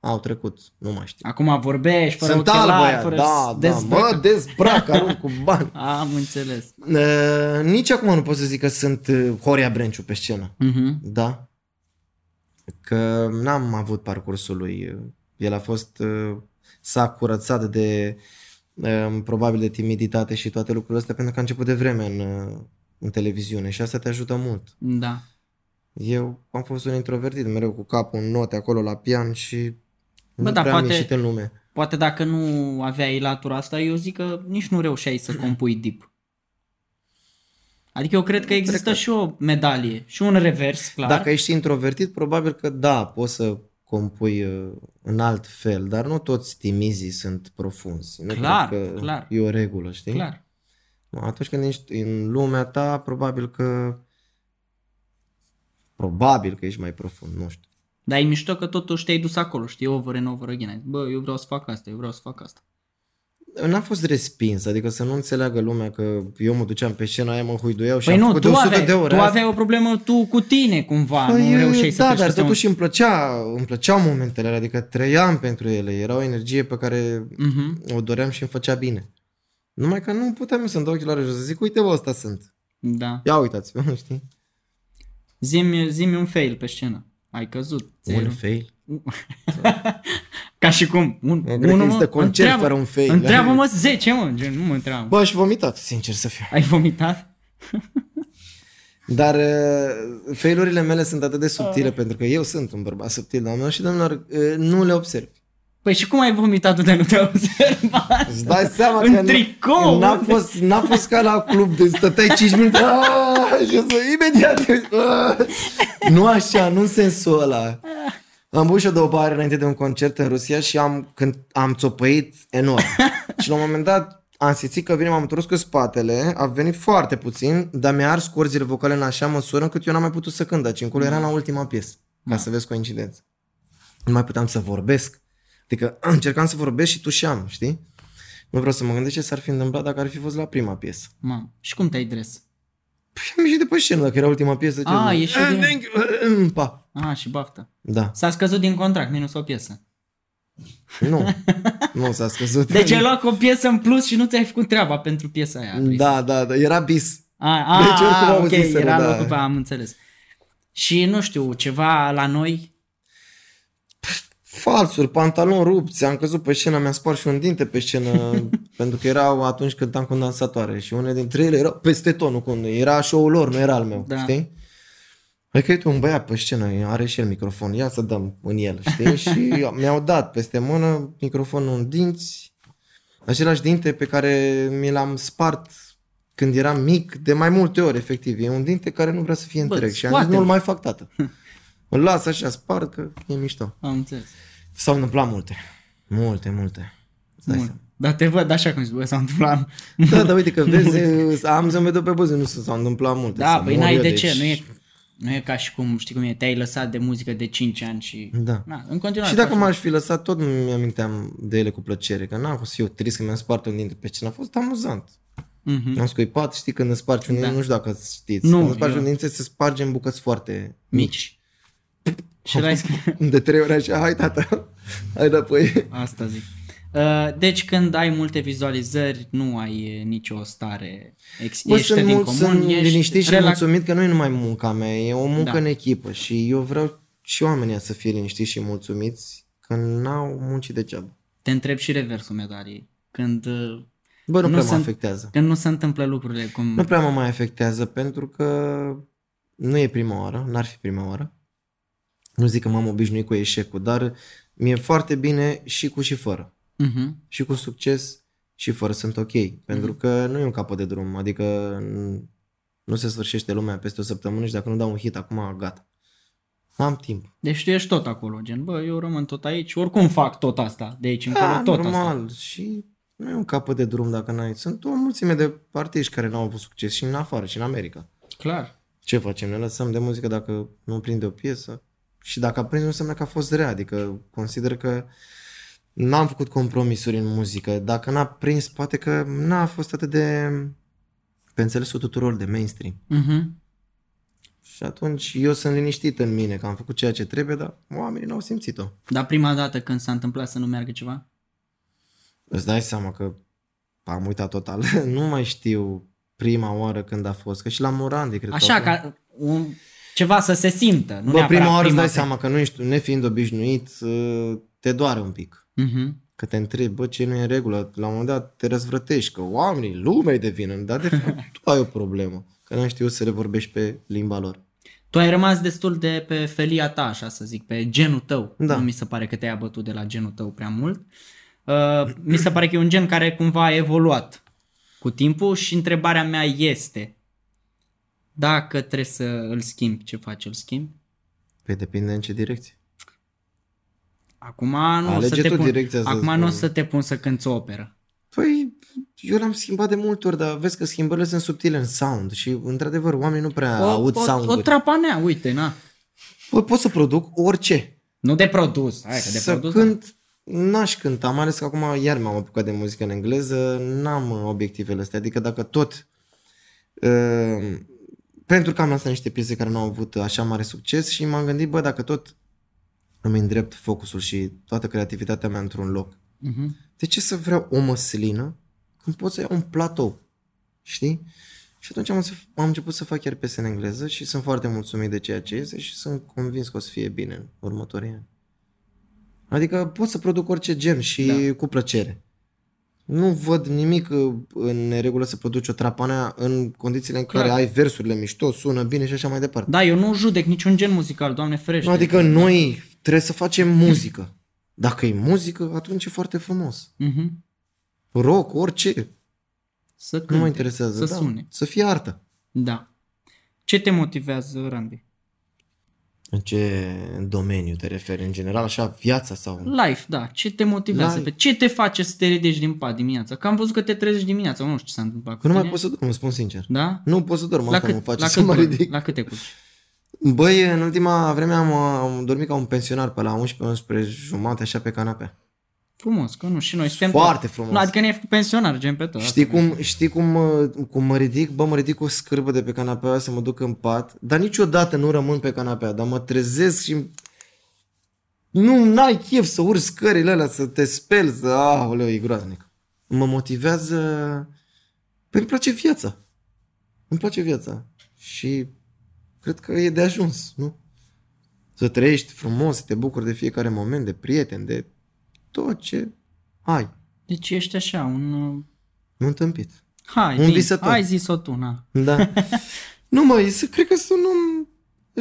Speaker 1: au trecut, nu mai știu.
Speaker 2: Acum vorbești fără
Speaker 1: Sunt
Speaker 2: ochelari,
Speaker 1: albă ea,
Speaker 2: fără
Speaker 1: da, da,
Speaker 2: dezbrăcă.
Speaker 1: bă, dezbrac, arunc cu bani. [LAUGHS]
Speaker 2: Am înțeles.
Speaker 1: Uh, nici acum nu pot să zic că sunt uh, Horia Brenciu pe scenă.
Speaker 2: Mhm.
Speaker 1: Da. Că n-am avut parcursul lui. El a fost, uh, s-a curățat de uh, probabil de timiditate și toate lucrurile astea pentru că a început de vreme în, uh, în televiziune și asta te ajută mult.
Speaker 2: Da.
Speaker 1: Eu am fost un introvertit, mereu cu capul în note acolo la pian și
Speaker 2: Bă,
Speaker 1: nu
Speaker 2: dar
Speaker 1: prea am
Speaker 2: poate-
Speaker 1: ieșit în lume.
Speaker 2: Poate dacă nu aveai latura asta, eu zic că nici nu reușeai să compui deep. Adică eu cred că există și o medalie și un revers, clar.
Speaker 1: Dacă ești introvertit, probabil că da, poți să compui uh, în alt fel, dar nu toți timizii sunt profunzi. Nu
Speaker 2: Clar,
Speaker 1: cred că
Speaker 2: clar.
Speaker 1: E o regulă, știi?
Speaker 2: Clar.
Speaker 1: Atunci când ești în lumea ta, probabil că probabil că ești mai profund, nu știu.
Speaker 2: Dar e mișto că totuși te-ai dus acolo, știi, over and over again. Ai zis, Bă, eu vreau să fac asta, eu vreau să fac asta.
Speaker 1: N-am fost respins, adică să nu înțeleagă lumea că eu mă duceam pe scenă, aia mă huiduiau și
Speaker 2: Păi
Speaker 1: am
Speaker 2: nu,
Speaker 1: făcut de
Speaker 2: tu
Speaker 1: 100
Speaker 2: aveai,
Speaker 1: de ore.
Speaker 2: tu
Speaker 1: Asta-
Speaker 2: aveai o problemă tu cu tine cumva, nu
Speaker 1: Păi,
Speaker 2: reușeai să
Speaker 1: da,
Speaker 2: treci
Speaker 1: dar
Speaker 2: peste un-
Speaker 1: totuși îmi, plăcea, îmi plăceau momentele alea, adică trăiam pentru ele, era o energie pe care
Speaker 2: Mhm.
Speaker 1: o doream și îmi făcea bine. Numai că nu puteam eu să-mi dau ochilari jos, să zic, uite, bă, ăsta sunt.
Speaker 2: Da.
Speaker 1: Ia [LAUGHS] uitați-vă, știi?
Speaker 2: Zimi, zimi un fail pe scenă. Ai căzut.
Speaker 1: Un
Speaker 2: Zero.
Speaker 1: fail.
Speaker 2: Ca și cum. Un,
Speaker 1: Nu cred că
Speaker 2: unul,
Speaker 1: există
Speaker 2: mă,
Speaker 1: concert
Speaker 2: întreabă,
Speaker 1: fără un fail.
Speaker 2: Întreabă-mă 10, mă, gen, nu mă întreabă.
Speaker 1: Bă, aș vomitat, sincer să fiu.
Speaker 2: Ai vomitat?
Speaker 1: Dar uh, failurile mele sunt atât de subtile, pentru că eu sunt un bărbat subtil, doamnelor și domnilor, uh, nu le observ.
Speaker 2: Păi și cum ai vomitat tu de nu te-ai observat?
Speaker 1: Îți dai seama
Speaker 2: În
Speaker 1: că n-
Speaker 2: tricou,
Speaker 1: N-a
Speaker 2: unde?
Speaker 1: fost, n-a fost ca la club de stăteai 5
Speaker 2: [LAUGHS]
Speaker 1: minute "Aaa!" și o să imediat. "Aaa!" Nu așa, nu în sensul ăla. Am băut și eu două bare înainte de un concert în Rusia și am, când am țopăit
Speaker 2: [LAUGHS]
Speaker 1: enorm. și la un moment dat am simțit că vine, m-am întors cu spatele, a venit foarte puțin, dar mi-a ars corzile vocale în așa măsură încât eu n-am mai putut să cânt, deci încolo era la ultima piesă,
Speaker 2: Da.
Speaker 1: ca să vezi coincidență. Nu mai puteam să vorbesc. Adică încercam să vorbesc și tușeam, știi? Nu vreau să mă gândesc ce s-ar fi întâmplat dacă ar fi fost la prima piesă.
Speaker 2: [LAUGHS] Mamă, și cum te-ai dres?
Speaker 1: Păi am ieșit de pe scenă, dacă era ultima piesă. Ce
Speaker 2: Ah,
Speaker 1: zic?
Speaker 2: ieși
Speaker 1: Ah,
Speaker 2: din-
Speaker 1: thank you. Pa.
Speaker 2: Ah, și baftă.
Speaker 1: Da.
Speaker 2: S-a scăzut din contract, minus o piesă. [LAUGHS]
Speaker 1: Nu. nu s-a scăzut.
Speaker 2: Deci ai luat cu o piesă în plus și nu ți-ai făcut treaba pentru piesa aia. Adrian.
Speaker 1: Da, da, da. Era bis.
Speaker 2: A, a,
Speaker 1: Deci oricum
Speaker 2: a, ok,
Speaker 1: auziseră,
Speaker 2: era
Speaker 1: da.
Speaker 2: locul pe am înțeles. Și nu știu, ceva la noi,
Speaker 1: Falsuri, pantaloni rupți, am căzut pe scenă, mi-a spart și un dinte pe
Speaker 2: [LAUGHS]
Speaker 1: scenă, pentru că erau atunci când am condensatoare și unele dintre ele erau peste tot, nu cum, era show-ul lor, nu era al meu,
Speaker 2: Da.
Speaker 1: da. știi? Adică uite un băiat pe scenă, are și el microfon, ia să dăm în el,
Speaker 2: [LAUGHS]
Speaker 1: știi? Și mi-au dat peste mână microfonul în dinți, același dinte pe care mi l-am spart când eram mic, de mai multe ori, efectiv. E un dinte care nu vrea să fie
Speaker 2: Bă,
Speaker 1: întreg și am zis,
Speaker 2: scoate-l.
Speaker 1: nu-l mai fac,
Speaker 2: [LAUGHS]
Speaker 1: tată. Îl las așa, spart, că e mișto.
Speaker 2: Am înțeles.
Speaker 1: S-au întâmplat multe. Multe, multe. Stai
Speaker 2: Mult. Dar te văd așa cum zici, bă, s-a întâmplat.
Speaker 1: să... Da, dar uite
Speaker 2: [LAUGHS]
Speaker 1: că vezi, e, am zâmbetul pe buze, nu s- s-au întâmplat multe.
Speaker 2: Da,
Speaker 1: să
Speaker 2: păi
Speaker 1: mor
Speaker 2: n-ai
Speaker 1: eu,
Speaker 2: de
Speaker 1: deci-
Speaker 2: ce, nu e, nu e ca și cum, știi cum e, te-ai lăsat de muzică de 5 ani și...
Speaker 1: Da.
Speaker 2: Na, în continuare.
Speaker 1: Și dacă
Speaker 2: faci-
Speaker 1: m-aș fi lăsat, tot mi-aminteam de ele cu plăcere, că n-am fost eu trist că mi-am spart un dinte pe cine a fost amuzant.
Speaker 2: Mhm.
Speaker 1: Am scuipat, știi, când îți spargi un dinte,
Speaker 2: Da.
Speaker 1: nu știu dacă știți,
Speaker 2: Nu,
Speaker 1: când îți spargi
Speaker 2: eu-
Speaker 1: un dinte se sparge în bucăți foarte mici.
Speaker 2: Mici. Și l-ai
Speaker 1: [LAUGHS]
Speaker 2: scris.
Speaker 1: De trei ori așa, hai tata, [LAUGHS] hai înapoi.
Speaker 2: Asta zic. Uh, Deci când ai multe vizualizări, nu ai uh, nicio stare, ex-
Speaker 1: Bă,
Speaker 2: ești
Speaker 1: sunt,
Speaker 2: din
Speaker 1: mul-
Speaker 2: comun,
Speaker 1: sunt liniștit
Speaker 2: ești
Speaker 1: și
Speaker 2: relaxat.
Speaker 1: mulțumit că nu e numai munca mea, e o muncă
Speaker 2: Da.
Speaker 1: da. în echipă și eu vreau și oamenii să fie liniștiți și mulțumiți că n-au muncit degeaba.
Speaker 2: Te întreb și reversul medaliei. Când, uh,
Speaker 1: Bă, nu, nu
Speaker 2: Nu
Speaker 1: prea
Speaker 2: sunt-
Speaker 1: mă afectează.
Speaker 2: când nu se întâmplă lucrurile cum...
Speaker 1: Nu prea mă mai afectează pentru că nu e prima oară, n-ar fi prima oară. Nu zic că m-am obișnuit cu eșecul, dar mi-e foarte bine și cu și fără.
Speaker 2: Mhm.
Speaker 1: și cu succes și fără sunt ok. Pentru că nu e un capăt de drum, adică n- nu se sfârșește lumea peste o săptămână și dacă nu dau un hit acum, gata. Am timp.
Speaker 2: Deci tu ești tot acolo, gen, bă, eu rămân tot aici, oricum fac tot asta, de aici încolo,
Speaker 1: Da,
Speaker 2: tot asta.
Speaker 1: normal. Și nu e un capăt de drum dacă n-ai. Sunt o mulțime de artiști care n-au avut succes și în afară și în America.
Speaker 2: Clar.
Speaker 1: Ce facem? Ne lăsăm de muzică dacă nu prinde o piesă? Și dacă a prins, nu înseamnă că a fost rea. Adică consider că n-am făcut compromisuri în muzică. Dacă n-a prins, poate că n-a fost atât de pe înțelesul tuturor de mainstream.
Speaker 2: Mhm.
Speaker 1: Și atunci eu sunt liniștit în mine că am făcut ceea ce trebuie, dar oamenii n-au simțit-o.
Speaker 2: Dar prima dată când s-a întâmplat să nu meargă ceva?
Speaker 1: Îți dai seama că am uitat total. [LAUGHS] nu mai știu prima oară când a fost, că și la Morandi, cred că
Speaker 2: Așa,
Speaker 1: a fost.
Speaker 2: ca un, ceva să se simtă, nu
Speaker 1: Bă,
Speaker 2: neapărat
Speaker 1: prima oară îți dai
Speaker 2: dată.
Speaker 1: seama că nu ești, nefiind obișnuit, ă, te doare un pic.
Speaker 2: Mhm.
Speaker 1: Că te întrebi, bă, ce nu e în regulă, la un moment dat te răzvrătești, că oamenii, lumea e de vină, dar de fapt tu ai o problemă, că n-ai știut să le vorbești pe limba lor.
Speaker 2: Tu ai rămas destul de pe felia ta, așa să zic, pe genul tău.
Speaker 1: Da.
Speaker 2: Nu mi se pare că te-ai abătut de la genul tău prea mult. Uh, mi se pare că e un gen care cumva a evoluat cu timpul și întrebarea mea este dacă trebuie să îl schimbi, ce faci, îl schimbi?
Speaker 1: Păi depinde în ce direcție.
Speaker 2: Acum nu o să
Speaker 1: Alege
Speaker 2: te
Speaker 1: tu
Speaker 2: pun,
Speaker 1: direcția să-ți
Speaker 2: acum nu o
Speaker 1: spun.
Speaker 2: să te pun să cânti o operă.
Speaker 1: Păi, eu l-am schimbat de multe ori, dar vezi că schimbările sunt subtile în sound și, într-adevăr, oamenii nu prea
Speaker 2: o,
Speaker 1: Da, aud
Speaker 2: o, o
Speaker 1: sound-uri.
Speaker 2: trapanea, uite, na.
Speaker 1: Bă, pot să produc orice.
Speaker 2: Nu de produs, hai că de
Speaker 1: Să
Speaker 2: produs. da.
Speaker 1: cânt, n-aș cânta, mai ales că acum iar m-am apucat de muzică în engleză, n-am uh, obiectivele astea, adică dacă tot uh, pentru că am lansat niște piese care nu au avut uh, așa mare succes și m-am gândit, bă, dacă tot îmi îndrept focusul și toată creativitatea mea într-un loc,
Speaker 2: Mhm.
Speaker 1: de ce să vreau o măslină când pot să iau un platou? Știi? Și atunci am, înțe- am început să fac chiar piese în engleză și sunt foarte mulțumit de ceea ce este și sunt convins că o să fie bine în următorii ani. Adică pot să produc orice gen și
Speaker 2: Da.
Speaker 1: da. cu plăcere. Nu văd nimic uh, în regulă să produci o trapanea în condițiile în care
Speaker 2: Clar.
Speaker 1: ai versurile mișto, sună bine și așa mai departe.
Speaker 2: Da, eu nu judec niciun gen muzical, doamne ferește.
Speaker 1: Adică noi trebuie să facem muzică. Dacă e muzică, atunci e foarte frumos.
Speaker 2: Mhm.
Speaker 1: Rock, orice,
Speaker 2: Să cânte,
Speaker 1: nu mă interesează.
Speaker 2: să
Speaker 1: da.
Speaker 2: sune.
Speaker 1: Să fie artă.
Speaker 2: Da. Ce te motivează, Randy?
Speaker 1: În ce domeniu te referi? În general, așa, viața sau...
Speaker 2: Life, da. Ce te motivează?
Speaker 1: Life.
Speaker 2: Pe ce te face să te ridici din pat dimineața? Că am văzut că te trezești dimineața, nu știu ce s-a întâmplat cu
Speaker 1: Că nu mai
Speaker 2: tine.
Speaker 1: pot să dorm, îmi spun sincer.
Speaker 2: Da?
Speaker 1: Nu pot să dorm, asta mă face
Speaker 2: la,
Speaker 1: să mă
Speaker 2: dormi?
Speaker 1: ridic.
Speaker 2: la câte culci?
Speaker 1: Băi, în ultima vreme am, am dormit ca un pensionar pe la 11-11 jumate, așa pe canapea.
Speaker 2: Frumos, că nu, și noi suntem...
Speaker 1: Foarte frumos.
Speaker 2: Nu, adică ne-ai făcut pensionar, gen pe tot.
Speaker 1: Știi
Speaker 2: Asta vreau
Speaker 1: cum, știi cum, uh, cum mă ridic? Bă, mă ridic cu o scârbă de pe canapea să mă duc în pat, dar niciodată nu rămân pe canapea, dar mă trezesc și nu, n-ai chef să urci scările alea, să te speli, să... Aoleu, e groaznic. Mă motivează... Păi îmi place viața. Îmi place viața. Și cred că e de ajuns, nu? Să trăiești frumos, să te bucuri de fiecare moment, de prieteni, de tot ce ai.
Speaker 2: Deci ești așa, un... uh,
Speaker 1: Nu întâmpit.
Speaker 2: Hai,
Speaker 1: Un
Speaker 2: zi-
Speaker 1: visător.
Speaker 2: Hai zis-o tu, na.
Speaker 1: Da. [LAUGHS] nu mă, e- cred că sunt un om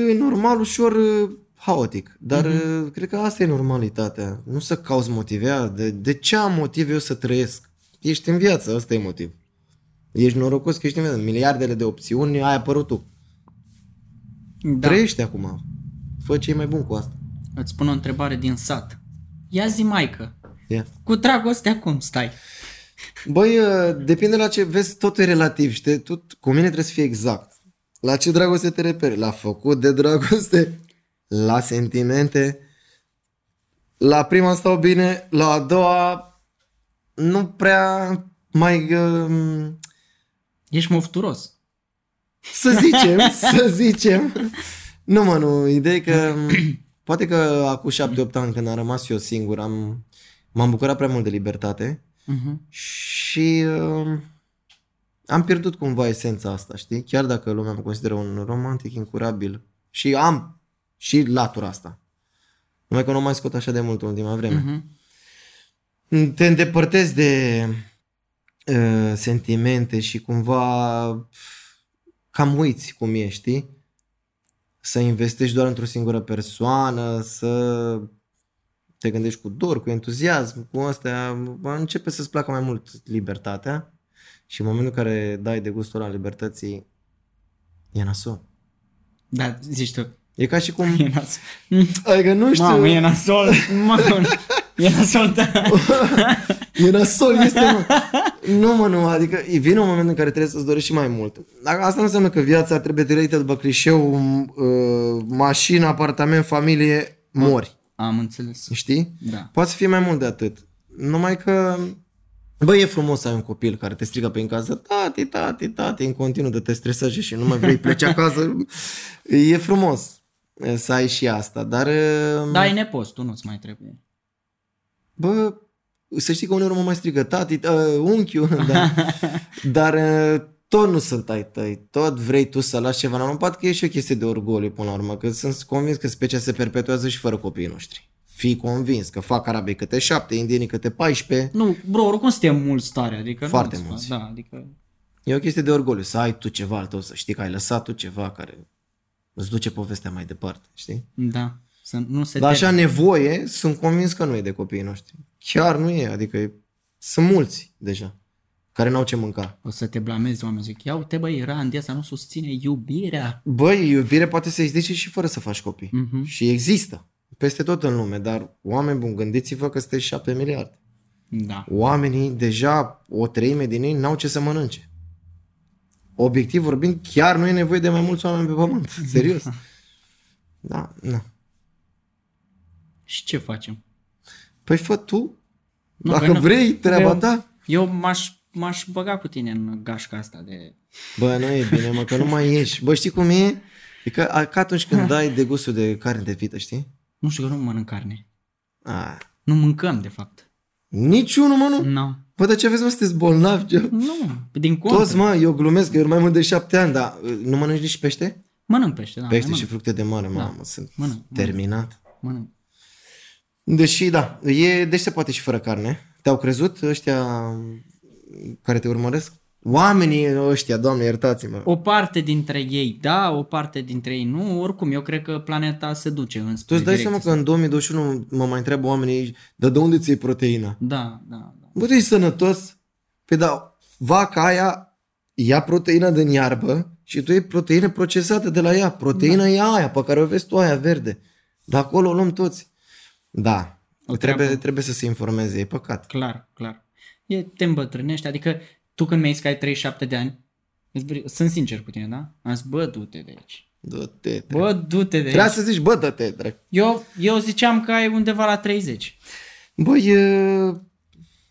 Speaker 1: e, normal, ușor e, haotic. Dar e, cred că asta e normalitatea. Nu să cauți motivea. De, de ce am motiv eu să trăiesc? Ești în viață, asta e motiv. Ești norocos că ești în viață. Miliardele de opțiuni ai apărut tu. Da.
Speaker 2: Da.
Speaker 1: Trăiește acum. Fă ce e mai bun cu asta.
Speaker 2: Îți pun o întrebare din sat. Ia zi, maică,
Speaker 1: Yeah.
Speaker 2: cu dragostea cum stai?
Speaker 1: Băi, uh, depinde la ce vezi, totul e relativ, știi? Tu, cu mine trebuie să fie exact. La ce dragoste te reperi? La făcut de dragoste? La sentimente? La prima stau bine, la a doua nu prea mai... um,
Speaker 2: Ești mofturos.
Speaker 1: Să zicem, să zicem. Nu mă, nu, ideea e că um, poate că acum 7-8 ani când am rămas eu singur am, m-am bucurat prea mult de libertate
Speaker 2: Uh-huh.
Speaker 1: Mhm. și uh, am pierdut cumva esența asta, știi? Chiar dacă lumea mă consideră un romantic incurabil și am și latura asta. Numai că nu o mai scot așa de mult în ultima vreme.
Speaker 2: Uh-huh.
Speaker 1: Mm-hmm. Te îndepărtezi de uh, sentimente și cumva pf, cam uiți cum e, știi? Să investești doar într-o singură persoană, să te gândești cu dor, cu entuziasm, cu astea, va începe să-ți placă mai mult libertatea și în momentul în care dai de gustul ăla libertății, e nasol.
Speaker 2: Da, zici tu.
Speaker 1: [LAUGHS] E ca și
Speaker 2: [LAUGHS]
Speaker 1: cum,
Speaker 2: E nasol.
Speaker 1: adică nu știu,
Speaker 2: Mamă, e nasol. Mamă, e nasol. Da.
Speaker 1: [LAUGHS] E nasol, este mă. Nu mă, nu, adică e- vine un moment în care trebuie să-ți dorești și mai mult. Dar asta nu înseamnă că viața trebuie trăită după clișeu, m- uh, mașină, apartament, familie,
Speaker 2: Mm.
Speaker 1: mori.
Speaker 2: Am înțeles.
Speaker 1: Știi?
Speaker 2: Da.
Speaker 1: Poate să fie mai mult de atât. Numai că, bă, e frumos să ai un copil care te strigă prin casă, tati, tati, tati, în continuu de te stresează și nu mai vrei pleci acasă. E frumos eh, să ai și asta, dar... eh,
Speaker 2: Da, e nepost, tu nu-ți mai trebuie.
Speaker 1: Bă, să știi că uneori mă mai strigă tati, uh, unchiul, [LAUGHS] da. dar uh, tot nu sunt ai tăi, tot vrei tu să lași ceva în urmă. Poate că e și o chestie de orgoliu până la urmă, că sunt convins că specia se perpetuează și fără copiii noștri. Fii convins că fac arabii câte șapte, indienii câte 14.
Speaker 2: Nu, bro, oricum suntem mulți tare, adică
Speaker 1: Foarte
Speaker 2: nu
Speaker 1: mulți.
Speaker 2: Da, adică
Speaker 1: E o chestie de orgoliu, să ai tu ceva al tău, să știi că ai lăsat tu ceva care îți duce povestea mai departe, știi?
Speaker 2: Da, să nu se
Speaker 1: Dar
Speaker 2: termine.
Speaker 1: așa nevoie, sunt convins că nu e de copiii noștri. Chiar nu e, adică e- sunt mulți deja care n-au ce mânca.
Speaker 2: O să te blamezi oameni, zic, ia uite băi, Randy asta nu susține iubirea.
Speaker 1: Băi, iubire poate să existe și fără să faci copii.
Speaker 2: Mhm.
Speaker 1: Și există. Peste tot în lume, dar oameni buni, gândiți-vă că sunteți 7 miliarde.
Speaker 2: Da.
Speaker 1: Oamenii, deja o treime din ei, n-au ce să mănânce. Obiectiv vorbind, chiar nu e nevoie de mai mulți oameni pe
Speaker 2: [LAUGHS]
Speaker 1: pământ. Serios. Da, da.
Speaker 2: Și ce facem?
Speaker 1: Păi fă tu,
Speaker 2: Nu,
Speaker 1: dacă
Speaker 2: păi nu.
Speaker 1: vrei, treaba
Speaker 2: Eu-
Speaker 1: ta.
Speaker 2: Eu m-aș, m-aș băga cu tine în gașca asta de...
Speaker 1: Bă, nu e bine, mă, că nu mai ieși. Bă, știi cum e? E ca, ca atunci când dai de gustul de carne de vită, știi?
Speaker 2: Nu știu, că nu mănânc carne.
Speaker 1: A,
Speaker 2: Nu mâncăm, de fapt.
Speaker 1: niciunul, mă, nu.
Speaker 2: Nu. No.
Speaker 1: Bă, dar ce aveți, mă, sunteți bolnavi, Joe?
Speaker 2: Nu, din contră.
Speaker 1: Toți, mă, eu glumesc, eu mai mult de șapte ani, dar uh, nu mănânci nici pește?
Speaker 2: Mănânc pește, da.
Speaker 1: Pește
Speaker 2: mai
Speaker 1: și fructe de mare, mamă, sunt
Speaker 2: Mănânc, mănânc.
Speaker 1: terminat.
Speaker 2: mănânc, mănânc.
Speaker 1: Deși, da, e, deci se poate și fără carne. Te-au crezut ăștia care te urmăresc? Oamenii ăștia, doamne, iertați-mă.
Speaker 2: O parte dintre ei, da, o parte dintre ei, nu. Oricum, eu cred că planeta se duce
Speaker 1: Tu
Speaker 2: înspre
Speaker 1: îți dai
Speaker 2: direcția
Speaker 1: seama că în 2021 mă mai întreabă oamenii, dar de unde ți-ai proteina?
Speaker 2: asta. Da, da, da.
Speaker 1: Bă, tu ești sănătos? Păi da, vaca aia ia proteina din iarbă și tu iei proteine procesate de la ea. Proteina da. e aia pe care o vezi tu, aia verde. De acolo o luăm toți. Da,
Speaker 2: O
Speaker 1: trebuie,
Speaker 2: treabă.
Speaker 1: trebuie să se informeze, e păcat.
Speaker 2: Clar, clar. E, te îmbătrânești, adică tu când mi-ai zis că ai 37 de ani, îți vre- sunt sincer cu tine, da? Am zis, bă, du-te de aici.
Speaker 1: Du-te, trebuie.
Speaker 2: Bă, du-te de
Speaker 1: Trebuia
Speaker 2: aici.
Speaker 1: să zici, bă, dă-te, dracu.
Speaker 2: Eu, eu ziceam că ai undeva la 30.
Speaker 1: Bă, e...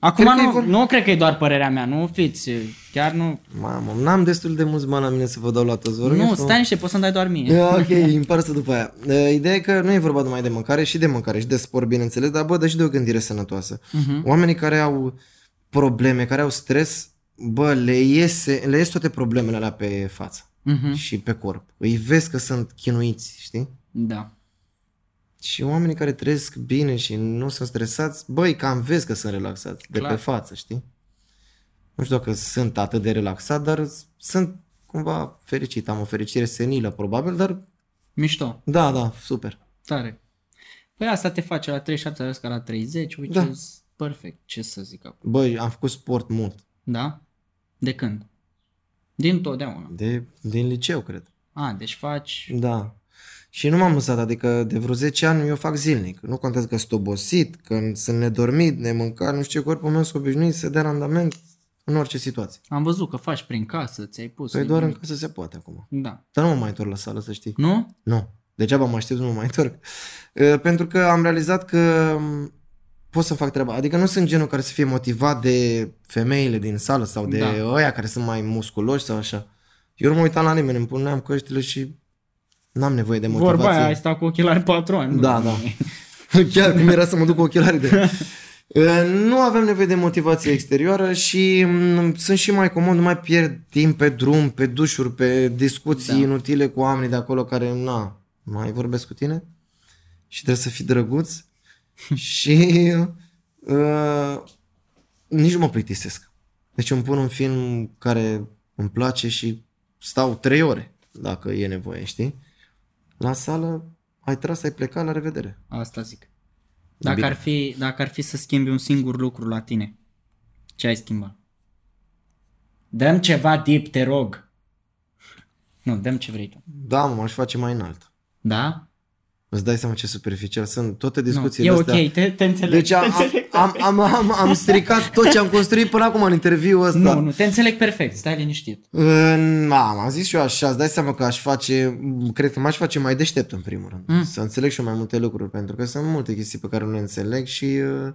Speaker 2: Acum
Speaker 1: Cred că
Speaker 2: nu,
Speaker 1: e vor-
Speaker 2: nu cred că e doar părerea mea, nu fiți, chiar nu.
Speaker 1: Mamă, n-am destul de mulți bani la mine să vă dau la toți. vă rog
Speaker 2: nu,
Speaker 1: eu frumos.
Speaker 2: stai niște, poți să-mi dai doar mie.
Speaker 1: E,
Speaker 2: [LAUGHS]
Speaker 1: Ok, îmi pare să după aia. E, Ideea e că nu e vorba numai de mâncare și de mâncare și de sport, bineînțeles, dar bă, dă și de o gândire sănătoasă.
Speaker 2: Mhm, Mm.
Speaker 1: Uh-huh. Oamenii care au probleme, care au stres, bă, le iese, le ies toate problemele alea pe față
Speaker 2: Mhm,
Speaker 1: uh-huh. și pe corp. Îi vezi că sunt chinuiți, știi?
Speaker 2: Da.
Speaker 1: Și oamenii care trăiesc bine și nu sunt stresați, băi, cam vezi că sunt relaxați de
Speaker 2: Clar.
Speaker 1: pe față, știi? Nu știu dacă sunt atât de relaxat, dar s- sunt cumva fericit. Am o fericire senilă, probabil, dar
Speaker 2: Mișto,
Speaker 1: da, da, super.
Speaker 2: tare. Păi asta te face la 37, arăți ca la 30, uite,
Speaker 1: Da.
Speaker 2: da. perfect, ce să zic acum.
Speaker 1: Băi, am făcut sport mult.
Speaker 2: Da? De când? Din totdeauna.
Speaker 1: De, din liceu, cred.
Speaker 2: A, deci faci...
Speaker 1: Da. Și nu m-am lăsat, adică de vreo 10 ani eu fac zilnic. Nu contează că sunt obosit, că sunt nedormit, nemâncat, nu știu ce, corpul meu s-a obișnuit să dea randament în orice situație.
Speaker 2: Am văzut că faci prin casă, ți-ai pus...
Speaker 1: Păi
Speaker 2: ai
Speaker 1: doar în
Speaker 2: venit.
Speaker 1: casă se poate acum.
Speaker 2: Da.
Speaker 1: Dar nu mă mai întorc la sală, să știi.
Speaker 2: Nu?
Speaker 1: Nu. Degeaba mă aștept, nu mă mai întorc. Uh, Pentru că am realizat că m, pot să fac treaba. Adică nu sunt genul care să fie motivat de femeile din sală sau de
Speaker 2: Da.
Speaker 1: da. ăia care sunt mai musculoși sau așa. Eu nu mă uitam la nimeni, îmi puneam căștile și n-am nevoie de motivație.
Speaker 2: Vorba aia, ai stat cu ochelari patru ani. nu?
Speaker 1: Da, da. [LAUGHS] Chiar cum era să mă duc cu ochelarii de... Uh, Nu avem nevoie de motivație exterioară și mm, sunt și mai comod, nu mai pierd timp pe drum, pe dușuri, pe discuții
Speaker 2: Da.
Speaker 1: da. inutile cu oamenii de acolo care, na, mai vorbesc cu tine și trebuie să fii drăguț și uh, nici nu mă plictisesc. Deci îmi pun un film care îmi place și stau trei ore dacă e nevoie, știi? La sală ai tras, ai plecat, la revedere.
Speaker 2: Asta zic. Dacă
Speaker 1: Bine.
Speaker 2: ar, fi, dacă ar fi să schimbi un singur lucru la tine, ce ai schimba? Dăm ceva deep, te rog. Nu, dăm ce vrei tu.
Speaker 1: Da, mă, aș face mai înalt.
Speaker 2: Da?
Speaker 1: Îți dai seama ce superficial sunt toate
Speaker 2: Nu,
Speaker 1: discuțiile
Speaker 2: e
Speaker 1: astea.
Speaker 2: ok, te, te înțeleg.
Speaker 1: Deci
Speaker 2: te
Speaker 1: am,
Speaker 2: înțeleg
Speaker 1: am, am, am, am stricat tot ce am construit până acum în interviul ăsta.
Speaker 2: Nu, nu, te înțeleg perfect, stai liniștit.
Speaker 1: În, am, am zis și eu așa, îți dai seama că aș face, cred că m-aș face mai deștept în primul rând,
Speaker 2: Mm.
Speaker 1: mm. să înțeleg și eu mai multe lucruri, pentru că sunt multe chestii pe care nu le înțeleg și uh,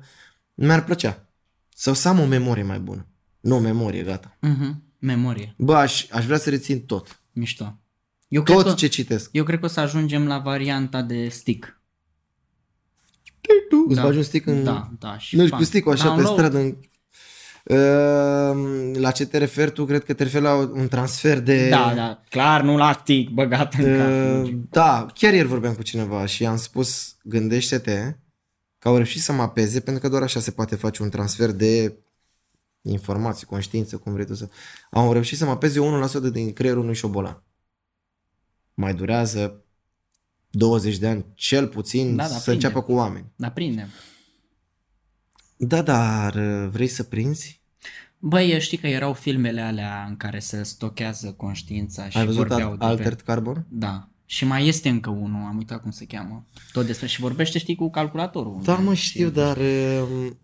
Speaker 1: mi-ar plăcea. Sau să am o memorie mai bună. Nu o memorie, gata.
Speaker 2: Uh-huh. Memorie,
Speaker 1: Bă, aș, aș vrea să rețin tot.
Speaker 2: mișto. Eu cred,
Speaker 1: Tot
Speaker 2: că,
Speaker 1: ce citesc.
Speaker 2: eu cred că o să ajungem la varianta de stick.
Speaker 1: Îți
Speaker 2: Da.
Speaker 1: bagi un stick în...
Speaker 2: Da, da. Și
Speaker 1: Mergi
Speaker 2: bam.
Speaker 1: cu sticul așa pe
Speaker 2: Download.
Speaker 1: stradă în... Uh, la ce te referi tu? Cred că te referi la un transfer de...
Speaker 2: Da, da, clar, nu la stick, băgat în cap.
Speaker 1: Uh, da, chiar ieri vorbeam cu cineva și i-am spus, gândește-te că au reușit să mă apeze pentru că doar așa se poate face un transfer de informații, conștiință, cum vrei tu să... Au reușit să mă apeze 1% din creierul unui șobolan. Mai durează 20 de ani, cel puțin,
Speaker 2: Da,
Speaker 1: da,
Speaker 2: da,
Speaker 1: da, să
Speaker 2: prinde.
Speaker 1: înceapă cu oameni.
Speaker 2: Dar prindem.
Speaker 1: Da, dar uh, vrei să prinzi?
Speaker 2: Băi, știi că erau filmele alea în care se stochează conștiința și
Speaker 1: Ai văzut
Speaker 2: vorbeau
Speaker 1: Al-
Speaker 2: de
Speaker 1: Altered Carbon?
Speaker 2: Da. Și mai este încă unul, am uitat cum se cheamă. Tot despre și vorbește, știi, cu calculatorul.
Speaker 1: Da, mă
Speaker 2: Și-
Speaker 1: știu, dar um,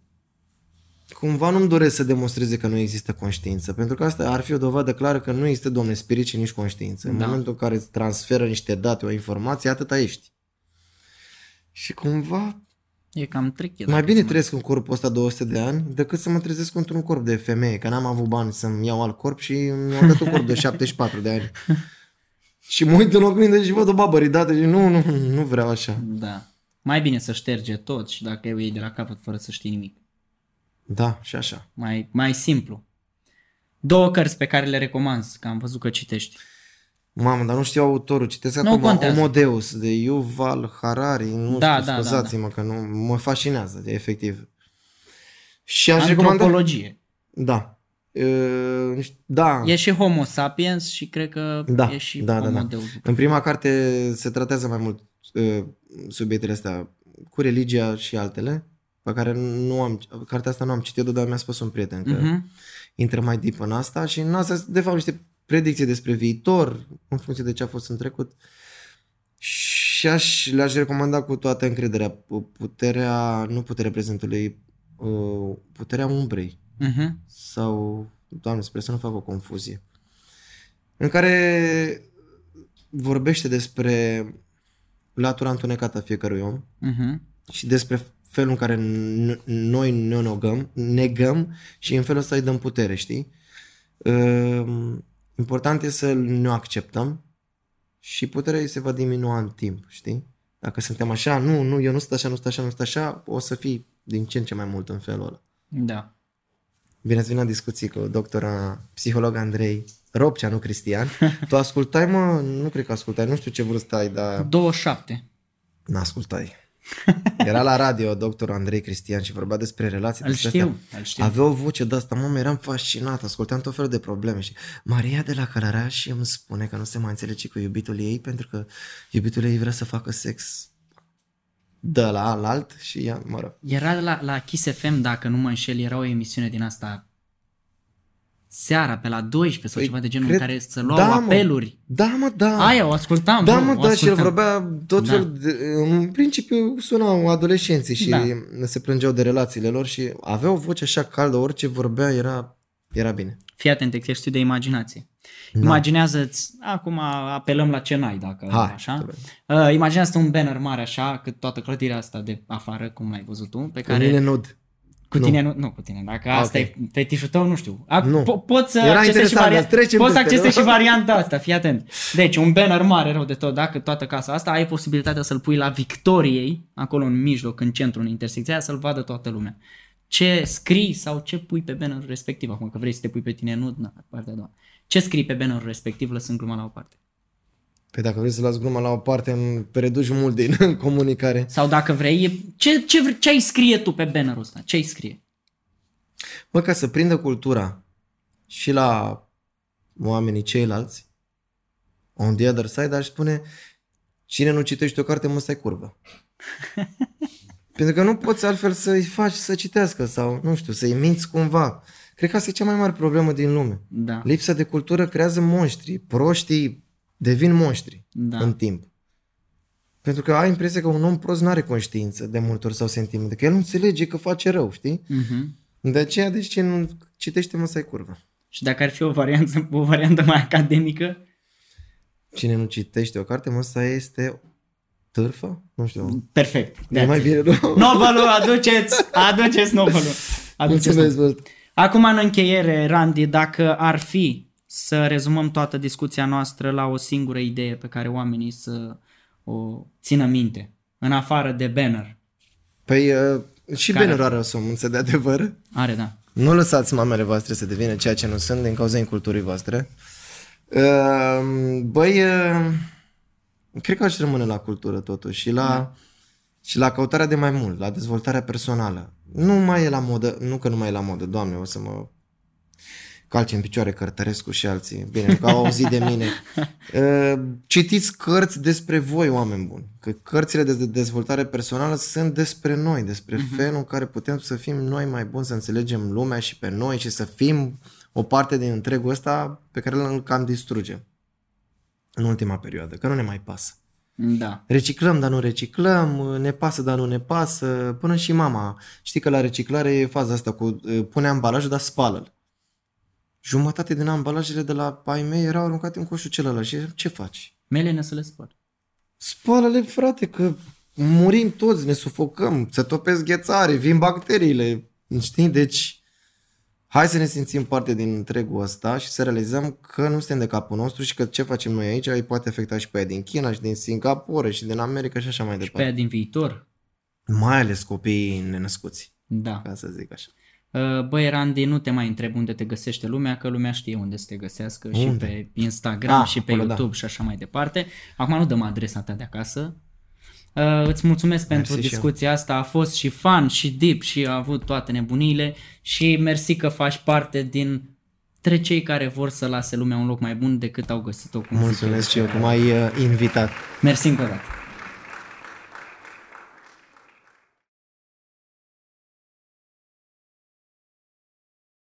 Speaker 1: cumva nu-mi doresc să demonstreze că nu există conștiință, pentru că asta ar fi o dovadă clară că nu există, domne, spirit și nici conștiință. În
Speaker 2: Da.
Speaker 1: momentul în care îți transferă niște date, o informație, atâta ești. Și cumva
Speaker 2: E cam tricky.
Speaker 1: mai
Speaker 2: dacă
Speaker 1: bine
Speaker 2: să mă-
Speaker 1: trăiesc în corpul ăsta 200 de ani decât să mă trezesc într-un corp de femeie, că n-am avut bani să-mi iau alt corp și mi-au dat un corp
Speaker 2: [LAUGHS]
Speaker 1: de 74 de ani. Și mă uit în oglindă și văd o babă ridată și nu, nu, nu vreau așa.
Speaker 2: Da. Mai bine să șterge tot și dacă eu iei de la capăt fără să știi nimic.
Speaker 1: Da, și așa.
Speaker 2: Mai, mai simplu. Două cărți pe care le recomand, că am văzut că citești.
Speaker 1: Mamă, dar nu știu autorul, citesc
Speaker 2: Nu
Speaker 1: acum
Speaker 2: contează.
Speaker 1: Omodeus de Yuval Harari, nu
Speaker 2: Da,
Speaker 1: știu,
Speaker 2: da, da,
Speaker 1: scuzați-mă că nu, mă fascinează, de, efectiv. Și aș recomanda...
Speaker 2: Antropologie.
Speaker 1: Da. E, nu știu- da,
Speaker 2: E și Homo sapiens și cred că
Speaker 1: Da,
Speaker 2: e și
Speaker 1: da, da,
Speaker 2: Homo
Speaker 1: da.
Speaker 2: Deus.
Speaker 1: în prima carte se tratează mai mult e, subiectele astea cu religia și altele, pe care nu am, cartea asta nu am citit-o, dar mi-a spus un prieten că
Speaker 2: Mhm.
Speaker 1: intră mai deep în asta și în asta sunt, de fapt niște predicții despre viitor în funcție de ce a fost în trecut și aș, le-aș recomanda cu toată încrederea pu- puterea, nu puterea prezentului, uh, puterea umbrei
Speaker 2: Mhm.
Speaker 1: sau, doamne, sper să nu fac o confuzie, în care vorbește despre latura întunecată a fiecărui om
Speaker 2: Mhm.
Speaker 1: și despre felul în care n- noi ne negăm, negăm și în felul ăsta îi dăm putere, știi? Ehm, Important e să ne acceptăm și puterea îi se va diminua în timp, știi? Dacă suntem așa, nu, nu, eu nu sunt așa, nu sunt așa, nu sunt așa, o să fii din ce în ce mai mult în felul ăla.
Speaker 2: Da.
Speaker 1: Bine ați venit la discuții cu doctora psiholog Andrei Robcea, nu Cristian. Tu Da. ascultai, mă? Nu cred că ascultai, nu știu ce vârstă ai, dar
Speaker 2: 27.
Speaker 1: n-ascultai. Era la radio doctorul Andrei Cristian și vorbea despre relații.
Speaker 2: Îl
Speaker 1: despre
Speaker 2: știu,
Speaker 1: astea.
Speaker 2: îl știu.
Speaker 1: Avea o voce de asta, mamă, eram fascinat, ascultam tot felul de probleme și Maria de la Călăraș îmi spune că nu se mai înțelege cu iubitul ei pentru că iubitul ei vrea să facă sex de la alalt și ea, mă rog.
Speaker 2: Era la, la Kiss FM, dacă nu mă înșel, era o emisiune din asta seara, pe la 12 sau
Speaker 1: Păi,
Speaker 2: ceva de genul,
Speaker 1: cred-
Speaker 2: în care să luau
Speaker 1: da, mă.
Speaker 2: apeluri.
Speaker 1: Da, mă, da.
Speaker 2: Aia o ascultam.
Speaker 1: Da,
Speaker 2: bă,
Speaker 1: mă,
Speaker 2: o
Speaker 1: da, și el
Speaker 2: ascultam.
Speaker 1: vorbea tot
Speaker 2: Da.
Speaker 1: da. fel de, În principiu sunau adolescenții și
Speaker 2: Da.
Speaker 1: da. se plângeau de relațiile lor și avea o voce așa caldă, orice vorbea era, era bine.
Speaker 2: Fii atent, exercițiu de imaginație.
Speaker 1: Da.
Speaker 2: Imaginează-ți, acum apelăm la ce n-ai, dacă
Speaker 1: Hai,
Speaker 2: așa.
Speaker 1: să vedem.
Speaker 2: Uh, imaginează-ți un banner mare așa, cât toată clădirea asta de afară, cum l-ai văzut tu, pe
Speaker 1: Care...
Speaker 2: care...
Speaker 1: Cu mine nud.
Speaker 2: Cu
Speaker 1: Nu.
Speaker 2: tine nu, nu cu tine, dacă
Speaker 1: Ah,
Speaker 2: asta
Speaker 1: ok.
Speaker 2: e fetișul tău, nu știu. Ac-
Speaker 1: Nu.
Speaker 2: Po- poți să
Speaker 1: Era
Speaker 2: accesezi și,
Speaker 1: interesant,
Speaker 2: varia-
Speaker 1: dar trecem
Speaker 2: poți să
Speaker 1: peste,
Speaker 2: accesezi
Speaker 1: nu?
Speaker 2: și varianta asta, fii atent. Deci, un banner mare rău de tot, dacă toată casa asta, ai posibilitatea să-l pui la Victoriei, acolo în mijloc, în centru, în intersecția aia, să-l vadă toată lumea. Ce scrii sau ce pui pe bannerul respectiv, acum că vrei să te pui pe tine, nu, na, partea a doua. Ce scrii pe bannerul respectiv, lăsând gluma la o parte.
Speaker 1: Păi dacă vrei să las gluma la o parte, îmi reduci mult din [LAUGHS] comunicare.
Speaker 2: Sau dacă vrei, e- ce, ce, vre- ce ai scrie tu pe bannerul ăsta? Ce ai scrie?
Speaker 1: Mă, ca să prindă cultura și la oamenii ceilalți, on the other side, aș spune cine nu citește o carte, mă stai curvă. Pentru că nu poți altfel să-i faci să citească sau, nu știu, să-i minți cumva. Cred că asta e cea mai mare problemă din lume.
Speaker 2: Da.
Speaker 1: Lipsa de cultură creează monștri. Proștii devin monștri
Speaker 2: Da.
Speaker 1: în timp. Pentru că ai impresia că un om prost nu are conștiință de multe ori sau sentimente, că el nu înțelege că face rău, știi?
Speaker 2: Mhm.
Speaker 1: De aceea, deci, ce nu citește mă să ai curvă.
Speaker 2: Și dacă ar fi o variantă, o variantă mai academică,
Speaker 1: Cine nu citește o carte, mă, să este târfă? Nu știu.
Speaker 2: perfect.
Speaker 1: E
Speaker 2: That's
Speaker 1: mai
Speaker 2: it.
Speaker 1: bine rău.
Speaker 2: Nobelul, aduceți! Aduceți Nobelul! Aduceți
Speaker 1: Mulțumesc
Speaker 2: Nobelul.
Speaker 1: mult.
Speaker 2: Acum, în încheiere, Randy, dacă ar fi să rezumăm toată discuția noastră la o singură idee pe care oamenii să o țină minte, în afară de banner.
Speaker 1: Păi, uh, și
Speaker 2: Care?
Speaker 1: Benor are o somunță de adevăr.
Speaker 2: Are, da. [LAUGHS]
Speaker 1: Nu lăsați mamele voastre să devină ceea ce nu sunt din cauza inculturii voastre. Uh, Băi, uh, cred că aș rămâne la cultură totuși și la, da. și la căutarea de mai mult, la dezvoltarea personală. Nu mai e la modă, nu că nu mai e la modă, doamne, o să mă calce în picioare Cărtărescu și alții. Bine, că au auzit de mine. Uh, Citiți cărți despre voi, oameni buni. Că cărțile de dezvoltare personală sunt despre noi, despre felul în care putem să fim noi mai buni, să înțelegem lumea și pe noi și să fim o parte din întregul ăsta pe care îl cam distrugem în ultima perioadă, că nu ne mai pasă.
Speaker 2: Da.
Speaker 1: Reciclăm, dar nu reciclăm, ne pasă, dar nu ne pasă, până și mama. Știi că la reciclare e faza asta cu uh, pune ambalajul, dar spală-l. Jumătate din ambalajele de la ai mei erau aruncate în coșul celălalt și eram, ce faci?
Speaker 2: Melene să le spăl.
Speaker 1: Spală-le, frate, că murim toți, ne sufocăm, se topesc ghețare, vin bacteriile, știi? Deci, hai să ne simțim parte din întregul ăsta și să realizăm că nu suntem de capul nostru și că ce facem noi aici îi poate afecta și pe aia din China și din Singapore și din America și așa mai
Speaker 2: Și pe
Speaker 1: departe.
Speaker 2: aia din viitor.
Speaker 1: Mai ales copiii nenăscuți,
Speaker 2: Da.
Speaker 1: ca să zic așa.
Speaker 2: Uh, Băi, Randy, nu te mai întreb unde te găsește lumea, că lumea știe unde să te găsească și
Speaker 1: Unde?
Speaker 2: pe Instagram
Speaker 1: Ah,
Speaker 2: și pe
Speaker 1: acolo, da.
Speaker 2: YouTube și așa mai departe. Acum nu dăm adresa ta de acasă. Uh, îți mulțumesc pentru
Speaker 1: Mersi și eu.
Speaker 2: discuția asta, a fost și fun și deep și a avut toate nebuniile și mersi că faci parte din între cei care vor să lase lumea un loc mai bun decât au găsit-o. Cum zic eu.
Speaker 1: Mulțumesc și eu că m-ai uh, invitat.
Speaker 2: Mersi încă o dată.